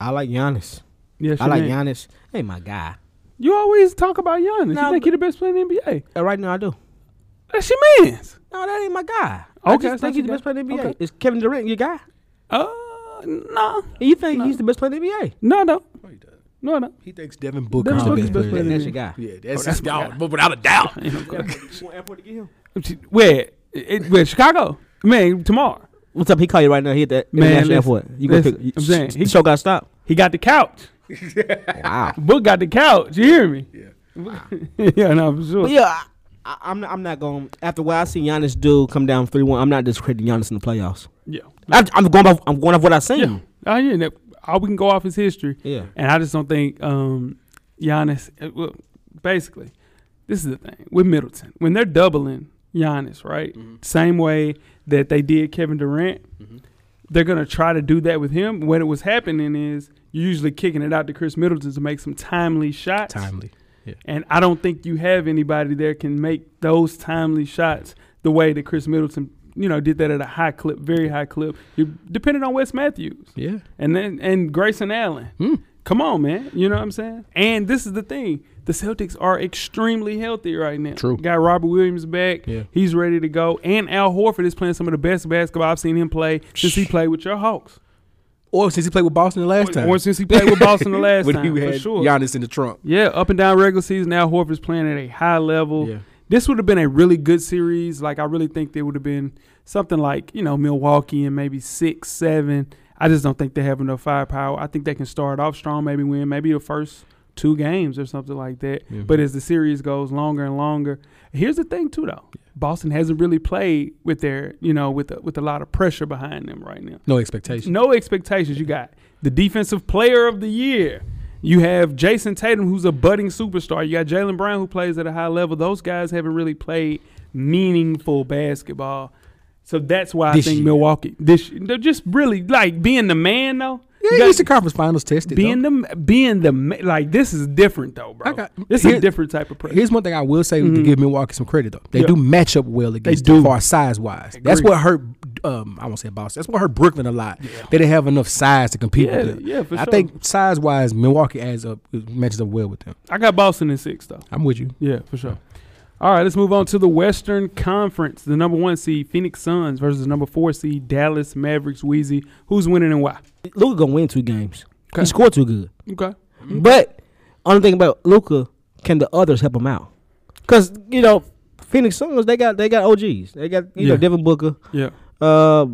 Speaker 6: I like Giannis.
Speaker 4: Yes,
Speaker 6: I like Giannis. Hey, my guy.
Speaker 4: You always talk about Giannis.
Speaker 6: Nah,
Speaker 4: you think
Speaker 6: but-
Speaker 4: he the best player in the NBA?
Speaker 6: Uh, right now, I do.
Speaker 4: That's your man's.
Speaker 6: No, that ain't my guy.
Speaker 4: Okay,
Speaker 6: I
Speaker 4: that's
Speaker 6: just think
Speaker 4: not
Speaker 6: he's the
Speaker 4: your
Speaker 6: best player in the
Speaker 4: guy.
Speaker 6: NBA.
Speaker 4: Okay.
Speaker 6: Is Kevin Durant your guy?
Speaker 4: Uh, nah.
Speaker 6: You think he's the best player in the NBA?
Speaker 4: No, no. No, no.
Speaker 5: He thinks Devin Booker
Speaker 4: Devin
Speaker 5: is the
Speaker 4: Booker's
Speaker 5: best
Speaker 4: best
Speaker 5: player.
Speaker 4: player.
Speaker 6: That's your guy.
Speaker 5: Yeah, that's,
Speaker 4: that's
Speaker 5: Oh, that's without a doubt.
Speaker 4: Where? It, where? Chicago? Man, tomorrow.
Speaker 6: What's up? He call you right now. He at that
Speaker 4: Man,
Speaker 6: international
Speaker 4: listen,
Speaker 6: airport. You gonna
Speaker 4: listen,
Speaker 6: pick?
Speaker 4: I'm saying, he-
Speaker 6: the show got stopped.
Speaker 4: He got the couch.
Speaker 6: Wow.
Speaker 4: Book got the couch. You hear me? Yeah. yeah, no, for sure.
Speaker 6: But yeah, I, I, I'm not, I'm not going. After what I seen Giannis do, come down three one. I'm not discrediting Giannis in the playoffs.
Speaker 4: Yeah.
Speaker 6: I, I'm going off. I'm going off what I seen.
Speaker 4: Yeah. Oh, yeah. That, all we can go off is history.
Speaker 6: Yeah.
Speaker 4: And I just don't think um, Giannis. uh, Well, basically, this is the thing with Middleton when they're doubling Giannis, right? Same way that they did Kevin Durant. They're gonna try to do that with him. What it was happening is you're usually kicking it out to Chris Middleton to make some timely shots.
Speaker 5: Timely. Yeah.
Speaker 4: And I don't think you have anybody there can make those timely shots the way that Chris Middleton, you know, did that at a high clip, very high clip. You're dependent on Wes Matthews
Speaker 5: Yeah. Hmm.
Speaker 4: and then and Grayson Allen. Come on, man. You know what I'm saying? And this is the thing. The Celtics are extremely healthy right now.
Speaker 5: True.
Speaker 4: Got Robert Williams back.
Speaker 5: Yeah.
Speaker 4: He's ready to go. And Al Horford is playing some of the best basketball I've seen him play since he played with your Hawks.
Speaker 5: Or since he played with Boston the last
Speaker 4: Or-
Speaker 5: time.
Speaker 4: Or since he played with Boston the last
Speaker 5: when
Speaker 4: time.
Speaker 5: he
Speaker 4: for
Speaker 5: had
Speaker 4: sure.
Speaker 5: Giannis in the trunk.
Speaker 4: Yeah, up and down regular season. Al Horford's playing at a high level.
Speaker 5: Yeah.
Speaker 4: This would have been a really good series. Like I really think they would have been something like you know Milwaukee and maybe six, seven. I just don't think they have enough firepower. I think they can start off strong, maybe win maybe the first two games or something like that.
Speaker 5: Yeah.
Speaker 4: But as the series goes longer and longer, here's the thing too though. Boston hasn't really played with their you know with a, with a lot of pressure behind them right now.
Speaker 5: No expectation.
Speaker 4: No expectations. You got the defensive player of the year. You have Jason Tatum, who's a budding superstar. You got Jalen Brown, who plays at a high level. Those guys haven't really played meaningful basketball. So that's why
Speaker 5: This
Speaker 4: I think
Speaker 5: year.
Speaker 4: Milwaukee, this they're just really like being the man though. You
Speaker 5: Yeah,
Speaker 4: got-
Speaker 5: it's the conference finals tested.
Speaker 4: being the being the ma- like this is different though, bro.
Speaker 5: I got-
Speaker 4: this is a
Speaker 5: here-
Speaker 4: different type of pressure.
Speaker 5: Here's one thing I will say to give Milwaukee some credit though. They
Speaker 4: Mm-hmm. Yeah.
Speaker 5: do match up well against
Speaker 4: do.
Speaker 5: them far size wise. That's
Speaker 4: Agreed.
Speaker 5: what hurt. Um, I won't say Boston. That's what hurt Brooklyn a lot. They didn't have enough size to compete
Speaker 4: Yeah,
Speaker 5: with them.
Speaker 4: yeah, for
Speaker 5: I
Speaker 4: sure.
Speaker 5: think size wise, Milwaukee adds up matches up well with them.
Speaker 4: I got Boston in six though.
Speaker 5: I'm with you.
Speaker 4: Yeah, for sure. All right, let's move on to the Western Conference. The number one seed Phoenix Suns versus the number four seed Dallas Mavericks. Wheezy, who's winning and why?
Speaker 6: Luca gonna win two games.
Speaker 4: Okay.
Speaker 6: He scored too good.
Speaker 4: Okay.
Speaker 6: But only thing about Luca, can the others help him out? Because you know, Phoenix Suns they got they got OGs. They got you
Speaker 4: Yeah.
Speaker 6: know Devin Booker,
Speaker 4: Yeah,
Speaker 6: uh,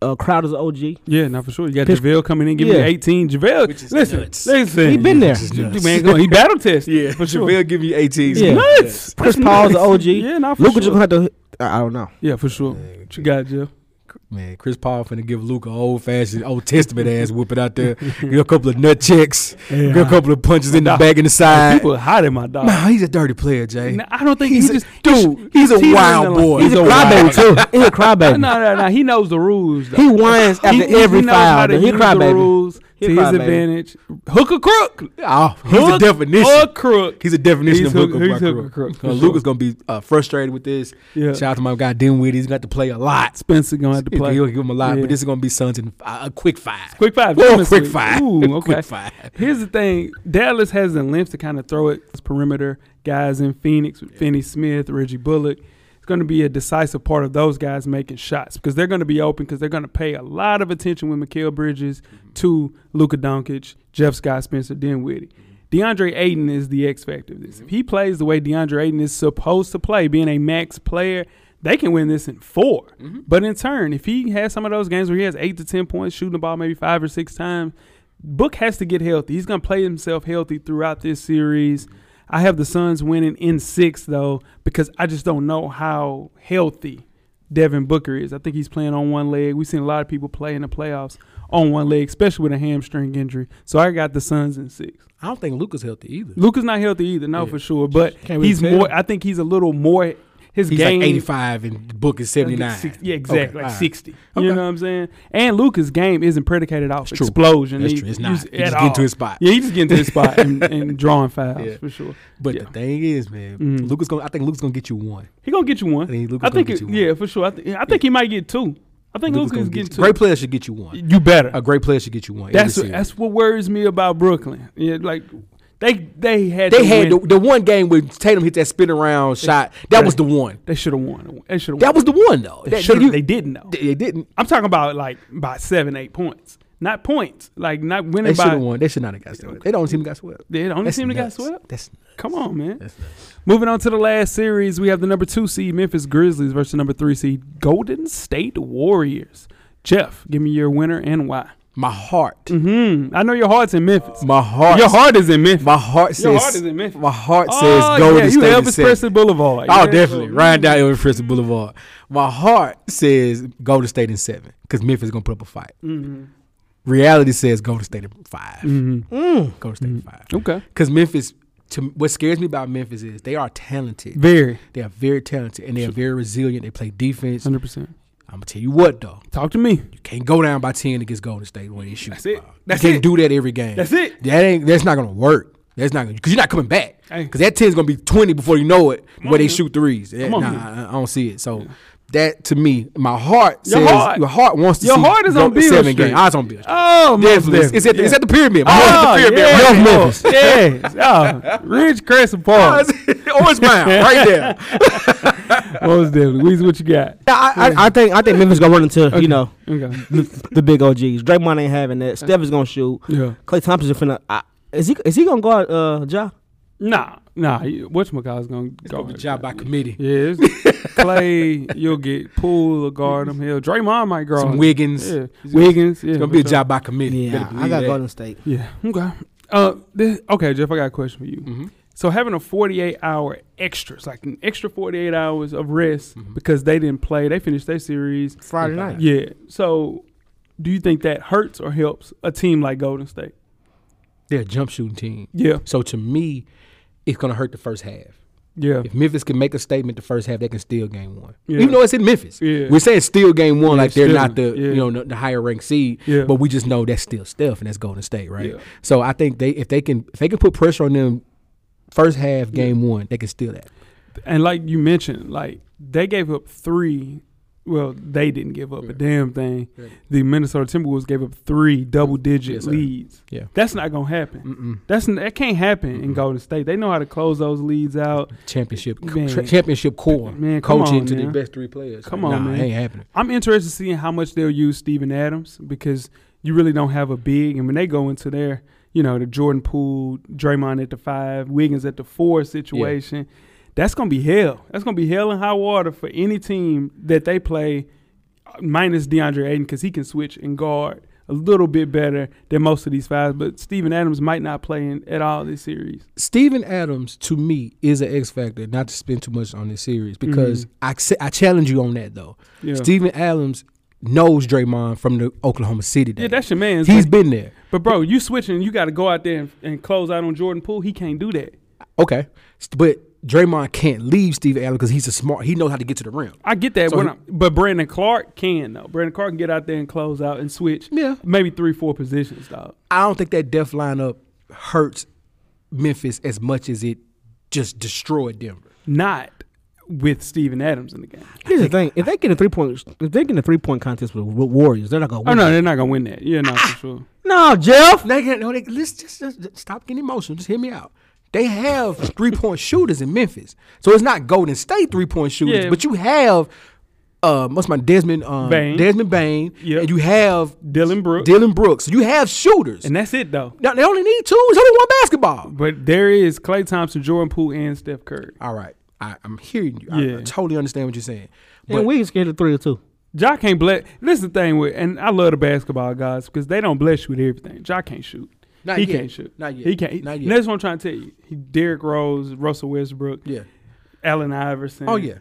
Speaker 6: uh, Crowder's an OG.
Speaker 4: yeah, not for sure. You got
Speaker 6: Pitts-
Speaker 4: Javale coming in, giving
Speaker 6: Yeah.
Speaker 4: you eighteen. Javale,
Speaker 5: Which is
Speaker 4: listen,
Speaker 5: nuts.
Speaker 4: listen,
Speaker 6: He been there.
Speaker 4: Dude, man, go- he battle test.
Speaker 5: Yeah,
Speaker 4: for sure.
Speaker 5: They'll give you 18.
Speaker 6: Yeah.
Speaker 4: Nuts.
Speaker 6: Chris
Speaker 4: That's
Speaker 6: Paul's an
Speaker 4: nuts.
Speaker 6: OG.
Speaker 4: Yeah, not for
Speaker 6: Luca just
Speaker 4: sure.
Speaker 6: gonna have to. I I don't know.
Speaker 4: Yeah, for sure. What you got, Jeff?
Speaker 5: Man, Chris Paul finna give Luke an old fashioned Old Testament ass whooping out there. Get a couple of nut checks.
Speaker 4: Yeah.
Speaker 5: Get a couple of punches in the
Speaker 4: Nah.
Speaker 5: back and the side.
Speaker 4: People are hot in my dog.
Speaker 5: Nah, he's a dirty player, Jay.
Speaker 4: Nah, I don't think
Speaker 5: He's
Speaker 4: he
Speaker 5: a-
Speaker 4: just
Speaker 5: dude, he's a
Speaker 4: teetering
Speaker 5: wild
Speaker 4: the-
Speaker 5: boy.
Speaker 4: He's,
Speaker 6: He's a crybaby too. He's a crybaby.
Speaker 4: no, no, no. He knows the rules. Though.
Speaker 6: He whines after every
Speaker 4: knows how
Speaker 6: foul.
Speaker 4: to
Speaker 6: though. He
Speaker 4: use
Speaker 6: cry
Speaker 4: the
Speaker 6: baby.
Speaker 4: rules
Speaker 6: He
Speaker 4: to
Speaker 6: cry
Speaker 4: his
Speaker 6: baby.
Speaker 4: advantage. Hook or crook.
Speaker 5: Oh, he's
Speaker 4: hook
Speaker 5: a definition.
Speaker 4: Or crook.
Speaker 5: He's a definition
Speaker 4: He's
Speaker 5: of
Speaker 4: hook-
Speaker 5: hooker.
Speaker 4: he's
Speaker 5: by
Speaker 4: hooker
Speaker 5: crook.
Speaker 4: crook, for
Speaker 5: Uh,
Speaker 4: sure.
Speaker 5: Luca's gonna be uh, frustrated with this.
Speaker 4: Yeah.
Speaker 5: Shout out to my guy Dinwiddie. He's got to play a lot.
Speaker 4: Spencer gonna have to play.
Speaker 5: He'll give him a lot,
Speaker 4: Yeah.
Speaker 5: but this is gonna be Suns in uh, a quick five.
Speaker 4: Quick five.
Speaker 5: Oh,
Speaker 4: Give him a
Speaker 5: quick
Speaker 4: sweep.
Speaker 5: five.
Speaker 4: Ooh, okay.
Speaker 5: Quick five.
Speaker 4: Here's the thing: Dallas has the length to kind of throw it perimeter guys in Phoenix with Finney Smith, Reggie Bullock. It's going to be a decisive part of those guys making shots because they're going to be open because they're going to pay a lot of attention with Mikael Bridges to Luka Doncic, Jeff Scott Spencer, Dinwiddie. DeAndre Ayton is the X factor of this. If he plays the way DeAndre Ayton is supposed to play, being a max player, they can win this in 4 But in turn, if he has some of those games where he has eight to ten points, shooting the ball maybe five or six times, Book has to get healthy. He's going to play himself healthy throughout this series. I have the Suns winning in six though because I just don't know how healthy Devin Booker is. I think he's playing on one leg. We've seen a lot of people play in the playoffs on one leg, especially with a hamstring injury. So I got the Suns in six.
Speaker 5: I don't think Luca's healthy either.
Speaker 4: Luca's not healthy either, no for sure, but
Speaker 5: Can't really
Speaker 4: he's
Speaker 5: tell.
Speaker 4: more. I think he's a little more. His
Speaker 5: He's
Speaker 4: game
Speaker 5: like 85 and Book is 79.
Speaker 4: Six- yeah, exactly.
Speaker 5: Okay,
Speaker 4: like
Speaker 5: all right.
Speaker 4: 60.
Speaker 5: Okay.
Speaker 4: You know what I'm saying? And Luca's game isn't predicated off
Speaker 5: true.
Speaker 4: explosion.
Speaker 5: That's
Speaker 4: He-
Speaker 5: true. It's not.
Speaker 4: he's-
Speaker 5: He
Speaker 4: at
Speaker 5: just get
Speaker 4: all.
Speaker 5: to his spot.
Speaker 4: Yeah, he just getting to his spot and, and drawing fouls
Speaker 5: Yeah.
Speaker 4: for sure.
Speaker 5: But
Speaker 4: Yeah. Mm.
Speaker 5: the thing is, man, Luca's gonna. I think Luca's gonna get you one.
Speaker 4: He gonna get you one. I
Speaker 5: think
Speaker 4: think,
Speaker 5: Luka's gonna get
Speaker 4: it-
Speaker 5: you one.
Speaker 4: yeah, for sure. I, th- I think he might get two. I think Luca's
Speaker 5: gonna
Speaker 4: getting
Speaker 5: get
Speaker 4: two.
Speaker 5: you. Great player should get you one.
Speaker 4: You better.
Speaker 5: A great player should get you one.
Speaker 4: that's
Speaker 5: every
Speaker 4: what,
Speaker 5: series.
Speaker 4: that's what worries me about Brooklyn. Yeah, like they they had
Speaker 5: they
Speaker 4: to
Speaker 5: had the,
Speaker 4: win.
Speaker 5: the one game where Tatum hit that spin around shot. That was the one.
Speaker 4: they should have won. They should have.
Speaker 5: That was the one though.
Speaker 4: They,
Speaker 5: That-
Speaker 4: should've-
Speaker 5: you-
Speaker 4: they didn't though.
Speaker 5: They, they didn't.
Speaker 4: I'm talking about like by seven eight points, not points. Like not
Speaker 5: They
Speaker 4: winning
Speaker 5: should have
Speaker 4: by.
Speaker 5: won. They should not have got swept. They don't seem got swept.
Speaker 4: They the only
Speaker 5: That's
Speaker 4: team that
Speaker 5: nuts.
Speaker 4: got swept.
Speaker 5: That's
Speaker 4: Come on, man. Moving on to the last series, we have the number two seed Memphis Grizzlies versus number three seed Golden State Warriors. Jeff, give me your winner and why.
Speaker 5: my heart.
Speaker 4: Hmm, I know your heart's in Memphis.
Speaker 5: My heart.
Speaker 4: your heart is in Memphis.
Speaker 5: My heart says.
Speaker 4: Your heart is in Memphis.
Speaker 5: My heart says.
Speaker 4: oh,
Speaker 5: Golden
Speaker 4: yeah, you
Speaker 5: State in
Speaker 4: Elvis
Speaker 5: seven.
Speaker 4: Presley Boulevard.
Speaker 5: Oh,
Speaker 4: Yeah.
Speaker 5: definitely. Ryan down Elvis Presley Boulevard. My heart says go to State in seven because Memphis is gonna put up a fight.
Speaker 4: Mm-hmm.
Speaker 5: Reality says go to State in 5 Go to State in five.
Speaker 4: Mm-hmm. Okay.
Speaker 5: Because Memphis, to what scares me about Memphis is they are talented.
Speaker 4: Very.
Speaker 5: They are very talented and they are very resilient. They play defense. I'm
Speaker 4: 100%.
Speaker 5: gonna tell you what though,
Speaker 4: Talk to me.
Speaker 5: you can't go down by ten against Golden State when they shoot.
Speaker 4: That's it.
Speaker 5: the ball.
Speaker 4: That's
Speaker 5: you can't
Speaker 4: it.
Speaker 5: do that every game.
Speaker 4: That's it.
Speaker 5: That ain't. That's not gonna work. That's not because you're not coming back.
Speaker 4: Hey.
Speaker 5: Because that ten's gonna be twenty before you know it. Where they shoot threes. That-
Speaker 4: Come on,
Speaker 5: nah,
Speaker 4: man.
Speaker 5: I- I don't see it. So. That to me, my heart
Speaker 4: Your
Speaker 5: says
Speaker 4: heart.
Speaker 5: your heart wants to
Speaker 4: Your
Speaker 5: see
Speaker 4: heart is on
Speaker 5: Golden-
Speaker 4: Beale
Speaker 5: seven
Speaker 4: Street.
Speaker 5: game. Eyes on Bill.
Speaker 4: Oh, most
Speaker 5: Definitely, it's, it's at the,
Speaker 4: definitely.
Speaker 5: it's at the pyramid. My
Speaker 4: Oh,
Speaker 5: heart is at the pyramid.
Speaker 4: yeah.
Speaker 5: right off Memphis.
Speaker 4: Yes. Oh, Ridge Crescent Park.
Speaker 5: Orange Mound, right there.
Speaker 4: Most definitely. Weezy, what you got?
Speaker 6: Nah, I, I, I think I think Memphis gonna run into you know
Speaker 4: Okay.
Speaker 6: the, the big OGs. Draymond ain't having that. Steph is gonna shoot.
Speaker 4: Yeah.
Speaker 6: Clay Thompson finna. I, is he is he gonna guard uh Ja?
Speaker 4: Nah, nah. Whatchamacallit's going to go.
Speaker 5: Gonna be job by committee.
Speaker 4: Yeah, it's Clay, you'll get Poole or guard him. Hell, Draymond might guard
Speaker 5: Some
Speaker 4: him.
Speaker 5: Wiggins.
Speaker 4: Yeah.
Speaker 5: It's gonna-
Speaker 4: Wiggins. Yeah,
Speaker 5: It's gonna
Speaker 4: for
Speaker 5: be a
Speaker 4: sure.
Speaker 5: job by committee. You better
Speaker 6: I, I
Speaker 5: believe
Speaker 6: got
Speaker 5: that.
Speaker 6: Golden State.
Speaker 4: Yeah. Okay. Uh, this, okay, Jeff, I got a question for you.
Speaker 5: Mm-hmm.
Speaker 4: So having a 48 hour extras, like an extra 48 hours of rest
Speaker 5: Mm-hmm.
Speaker 4: because they didn't play, they finished their series.
Speaker 6: Friday night.
Speaker 4: Yeah. So do you think that hurts or helps a team like Golden State?
Speaker 5: They're a jump shooting team.
Speaker 4: Yeah.
Speaker 5: So to me, it's gonna hurt the first half.
Speaker 4: Yeah.
Speaker 5: If Memphis can make a statement the first half, they can steal game one.
Speaker 4: Yeah.
Speaker 5: Even though it's in Memphis,
Speaker 4: Yeah.
Speaker 5: we're saying steal game one like they're
Speaker 4: steal
Speaker 5: not the
Speaker 4: it. Yeah.
Speaker 5: you know the, the higher ranked seed,
Speaker 4: Yeah.
Speaker 5: but we just know that's still Steph and that's Golden State, right?
Speaker 4: Yeah.
Speaker 5: So I think they if they can if they can put pressure on them first half game one, they can steal that.
Speaker 4: And like you mentioned, like they gave up three. Well, they didn't give up a damn thing. The Minnesota Timberwolves gave up three double-digit
Speaker 5: Yes, sir.
Speaker 4: leads.
Speaker 5: Yeah.
Speaker 4: that's not gonna happen. That's that can't happen in Golden State. They know how to close those leads out.
Speaker 5: Championship
Speaker 4: Man.
Speaker 5: tra- championship core
Speaker 4: Man, come
Speaker 5: coaching
Speaker 4: on,
Speaker 5: to the
Speaker 4: man.
Speaker 5: best three players.
Speaker 4: Come
Speaker 5: Nah,
Speaker 4: on, man.
Speaker 5: it ain't happening.
Speaker 4: I'm interested in seeing how much they'll use Steven Adams because you really don't have a big. And when they go into their, you know, the Jordan Poole, Draymond at the five, Wiggins at the four situation, that's going to be hell. That's going to be hell and high water for any team that they play, uh, minus DeAndre Ayton, because he can switch and guard a little bit better than most of these fives. But Steven Adams might not play in, at all this series.
Speaker 5: Steven Adams to me is an X factor. Not to spend too much on this series because I acce- I challenge you on that though.
Speaker 4: Mm-hmm. Yeah.
Speaker 5: Steven Adams knows Draymond from the Oklahoma City. Day.
Speaker 4: Yeah, that's your man's.
Speaker 5: He's been there.
Speaker 4: but, bro, you switching, you got to go out there and, and close out on Jordan Poole. He can't do that.
Speaker 5: Okay, S- but Draymond can't leave Steven Adams because he's a smart. He knows how to get to the rim.
Speaker 4: I get that,
Speaker 5: So
Speaker 4: when
Speaker 5: he-
Speaker 4: I'm- but Brandon Clark can though. Brandon Clark can get out there and close out and switch.
Speaker 5: Yeah.
Speaker 4: maybe three, four positions, dog.
Speaker 5: I don't think that death lineup hurts Memphis as much as it just destroyed Denver.
Speaker 4: Not with Steven Adams in the game.
Speaker 6: Here's the thing: if they get a three point, if they get a three point contest with the Warriors, they're not gonna
Speaker 4: Oh
Speaker 6: win.
Speaker 4: no, they're not gonna win
Speaker 5: Ah!
Speaker 4: that. Yeah, not for sure.
Speaker 6: no, Jeff.
Speaker 5: They can't. No, they, let's just, just- just stop getting emotional. Just hear me out. They have three point shooters in Memphis, so it's not Golden State three point shooters,
Speaker 4: Yeah.
Speaker 5: but you have. Uh, what's my Desmond um,
Speaker 4: Bane.
Speaker 5: Desmond Bain,
Speaker 4: Yep.
Speaker 5: and you have
Speaker 4: Dylan Brooks.
Speaker 5: Dylan Brooks. You have shooters.
Speaker 4: and that's it though.
Speaker 5: Now, they only need two. It's only one basketball.
Speaker 4: But there is Clay Thompson, Jordan Poole, and Steph Curry.
Speaker 5: All right. I, I'm hearing you. I,
Speaker 4: Yeah.
Speaker 5: I totally understand what you're saying. But
Speaker 6: And we can scale to three or two.
Speaker 4: Ja can't bless. This is the thing with, and I love the basketball guys because they don't bless you with everything. Ja can't shoot.
Speaker 5: Not
Speaker 4: he
Speaker 5: yet.
Speaker 4: can't shoot.
Speaker 5: Not yet.
Speaker 4: He can't.
Speaker 5: Not
Speaker 4: Not
Speaker 5: yet.
Speaker 4: That's what I'm trying to tell you. He, Derrick Rose, Russell Westbrook,
Speaker 5: yeah.
Speaker 4: Allen Iverson.
Speaker 5: Oh yeah.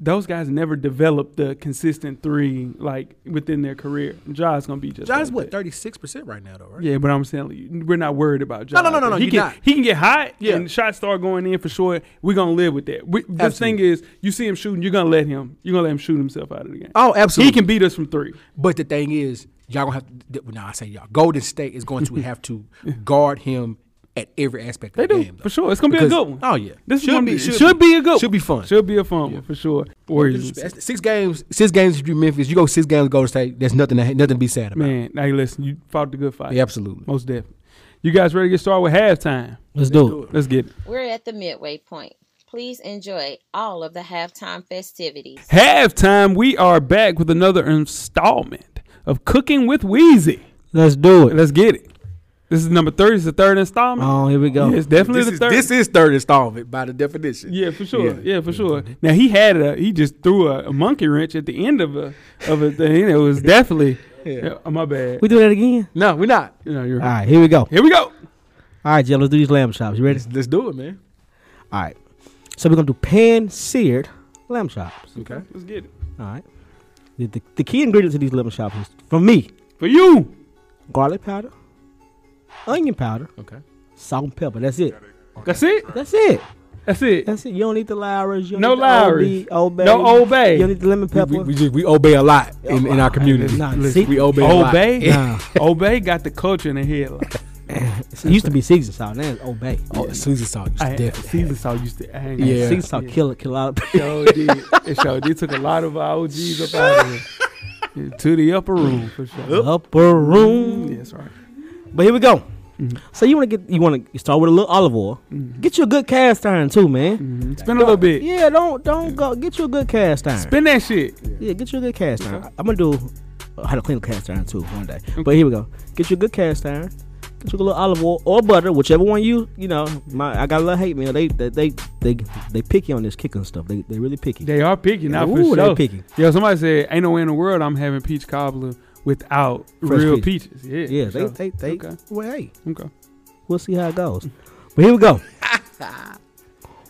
Speaker 4: Those guys never developed the consistent three like within their career. Ja's gonna be just.
Speaker 5: John's
Speaker 4: like
Speaker 5: what
Speaker 4: that.
Speaker 5: 36 percent right now though, right?
Speaker 4: Yeah, but I'm saying like, we're not worried about
Speaker 5: No,
Speaker 4: Ja.
Speaker 5: no, no, no, no,
Speaker 4: He
Speaker 5: you're
Speaker 4: can
Speaker 5: not.
Speaker 4: he can get hot
Speaker 5: Yeah.
Speaker 4: and shots start going in for sure. We're gonna live with that. We, the thing
Speaker 5: Absolutely.
Speaker 4: is, you see him shooting, you're gonna let him. You're gonna let him shoot himself out of the game.
Speaker 5: Oh, absolutely.
Speaker 4: He can beat us from three.
Speaker 5: But the thing is, y'all gonna have to. Well, nah, I say y'all. Golden State is going to have to guard him at every aspect
Speaker 4: They
Speaker 5: of the
Speaker 4: do
Speaker 5: game. though.
Speaker 4: for sure. It's gonna be a
Speaker 5: Because-
Speaker 4: good one.
Speaker 5: Oh yeah.
Speaker 4: This should be, should,
Speaker 5: be-
Speaker 4: be a good.
Speaker 5: should
Speaker 4: one.
Speaker 5: be fun.
Speaker 4: Should be a fun one for sure. Warriors, and-
Speaker 5: That's Six games, six games if you Memphis. You go six games, Golden State. There's nothing, to, ha- nothing to be sad about.
Speaker 4: man. Hey, listen, you fought the good fight.
Speaker 5: Yeah, absolutely.
Speaker 4: most definitely. You guys ready to get started with halftime?
Speaker 6: Let's do it.
Speaker 4: Let's get it.
Speaker 3: We're at the midway point. Please enjoy all of the halftime festivities.
Speaker 4: Halftime. We are back with another installment of Cooking with Wheezy.
Speaker 6: Let's do it.
Speaker 4: Let's get it. This is number thirty. It's the third installment.
Speaker 6: Oh, here we go.
Speaker 4: yeah, it's definitely
Speaker 5: This
Speaker 4: the
Speaker 5: is,
Speaker 4: third.
Speaker 5: this is third installment by the definition.
Speaker 4: yeah, for sure.
Speaker 5: Yeah.
Speaker 4: Yeah, for sure. Now he had a he just threw a, a monkey wrench at the end of a of a thing. It was definitely yeah. oh, my bad.
Speaker 6: We do that again.
Speaker 5: No, we're not.
Speaker 4: You know, you're
Speaker 6: All right, here we go.
Speaker 4: Here we go.
Speaker 6: All right, Jell, let's do these lamb chops. You ready?
Speaker 5: Let's do it, man.
Speaker 6: All right. So we're gonna do pan seared lamb chops.
Speaker 5: Okay.
Speaker 4: Let's get it.
Speaker 6: All right. The, the, the key ingredients of these lemon chops is, for me,
Speaker 4: For you.
Speaker 6: garlic powder, onion powder,
Speaker 5: Okay.
Speaker 6: salt and pepper. That's it.
Speaker 4: That's it.
Speaker 6: That's it.
Speaker 4: That's it.
Speaker 6: That's it. You don't need the Lowry's. You don't
Speaker 4: No
Speaker 6: need the
Speaker 4: Lowry's.
Speaker 6: Old Bay, Old Bay.
Speaker 4: No Old Bay.
Speaker 6: You don't need the lemon pepper.
Speaker 5: We, we just we obey a lot in, in our community.
Speaker 6: Nah,
Speaker 5: Listen,
Speaker 6: see?
Speaker 5: we obey. a lot.
Speaker 4: Obey.
Speaker 6: Nah.
Speaker 4: Obey got the culture in the head. Like,
Speaker 6: it used to be Caesar salt. Now it's Old Bay.
Speaker 5: Oh, Susan saw just
Speaker 4: I,
Speaker 5: definitely.
Speaker 4: Caesar sauce used to hang.
Speaker 5: Yeah.
Speaker 6: Caesar salt kill it, kill out.
Speaker 4: Sure did. It sure did. Took a lot of our OGs up out of here. Yeah, to the upper room for sure.
Speaker 6: Upper room.
Speaker 4: Yes, right.
Speaker 6: But here we go. So you want to get you want to start with a little olive oil. Get you a good cast iron too, man.
Speaker 4: Spin Mm-hmm. a little bit.
Speaker 6: Yeah, don't don't go. Get you a good cast iron.
Speaker 4: Spin that shit.
Speaker 6: Yeah, get you a good cast iron. I'm gonna do uh, how to clean a cast iron too one day. But here we go. Get you a good cast iron. Get you a little olive oil or butter, whichever one you you know. My I got a little hate mail. They they they they, they picky on this kicking stuff. They they really picky.
Speaker 4: They are picking now for
Speaker 6: Ooh, they
Speaker 4: sure.
Speaker 6: picky.
Speaker 4: Yo, somebody said, "Ain't no way in the world I'm having peach cobbler without
Speaker 6: Fresh
Speaker 4: real
Speaker 6: peach.
Speaker 4: peaches." Yeah,
Speaker 6: yeah,
Speaker 4: for
Speaker 6: they
Speaker 4: sure.
Speaker 6: they they.
Speaker 4: Okay.
Speaker 6: Well, hey,
Speaker 4: Okay.
Speaker 6: we'll see how it goes. But here we go.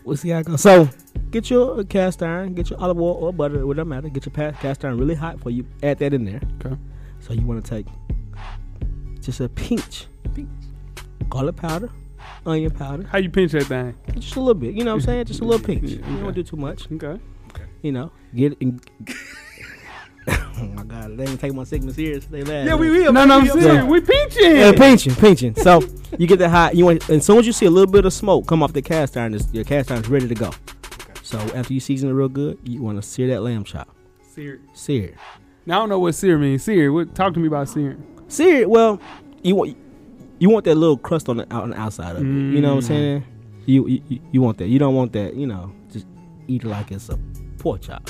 Speaker 6: we'll see how it goes. So get your cast iron, get your olive oil or butter, it doesn't matter. Get your pa- cast iron really hot for you. Add that in there.
Speaker 4: Okay.
Speaker 6: So you want to take just a pinch, garlic powder, onion powder,
Speaker 4: How you pinch that thing?
Speaker 6: just a little bit. You know what I'm saying? Just a little pinch. You don't
Speaker 4: okay.
Speaker 6: want to do too much.
Speaker 4: Okay.
Speaker 6: You know, get it and. oh my God! They ain't take my segment serious. They laugh.
Speaker 5: Yeah, we will.
Speaker 4: No, no, I'm
Speaker 5: We will.
Speaker 4: serious. We peaching.
Speaker 6: Yeah, pinching, pinching. So you get the hot. You want, and as soon as you see a little bit of smoke come off the cast iron, it's- your cast iron's ready to go. So after you season it real good, you want to sear that lamb chop.
Speaker 4: Sear.
Speaker 6: Sear,
Speaker 4: Now I don't know what sear means. Sear. What? Talk to me about sear.
Speaker 6: sear. it, Well, you want you want that little crust on the out on the outside of it. You know what I'm saying? You, you you- you want that. You don't want that. You know, just eat it like it's a pork chop.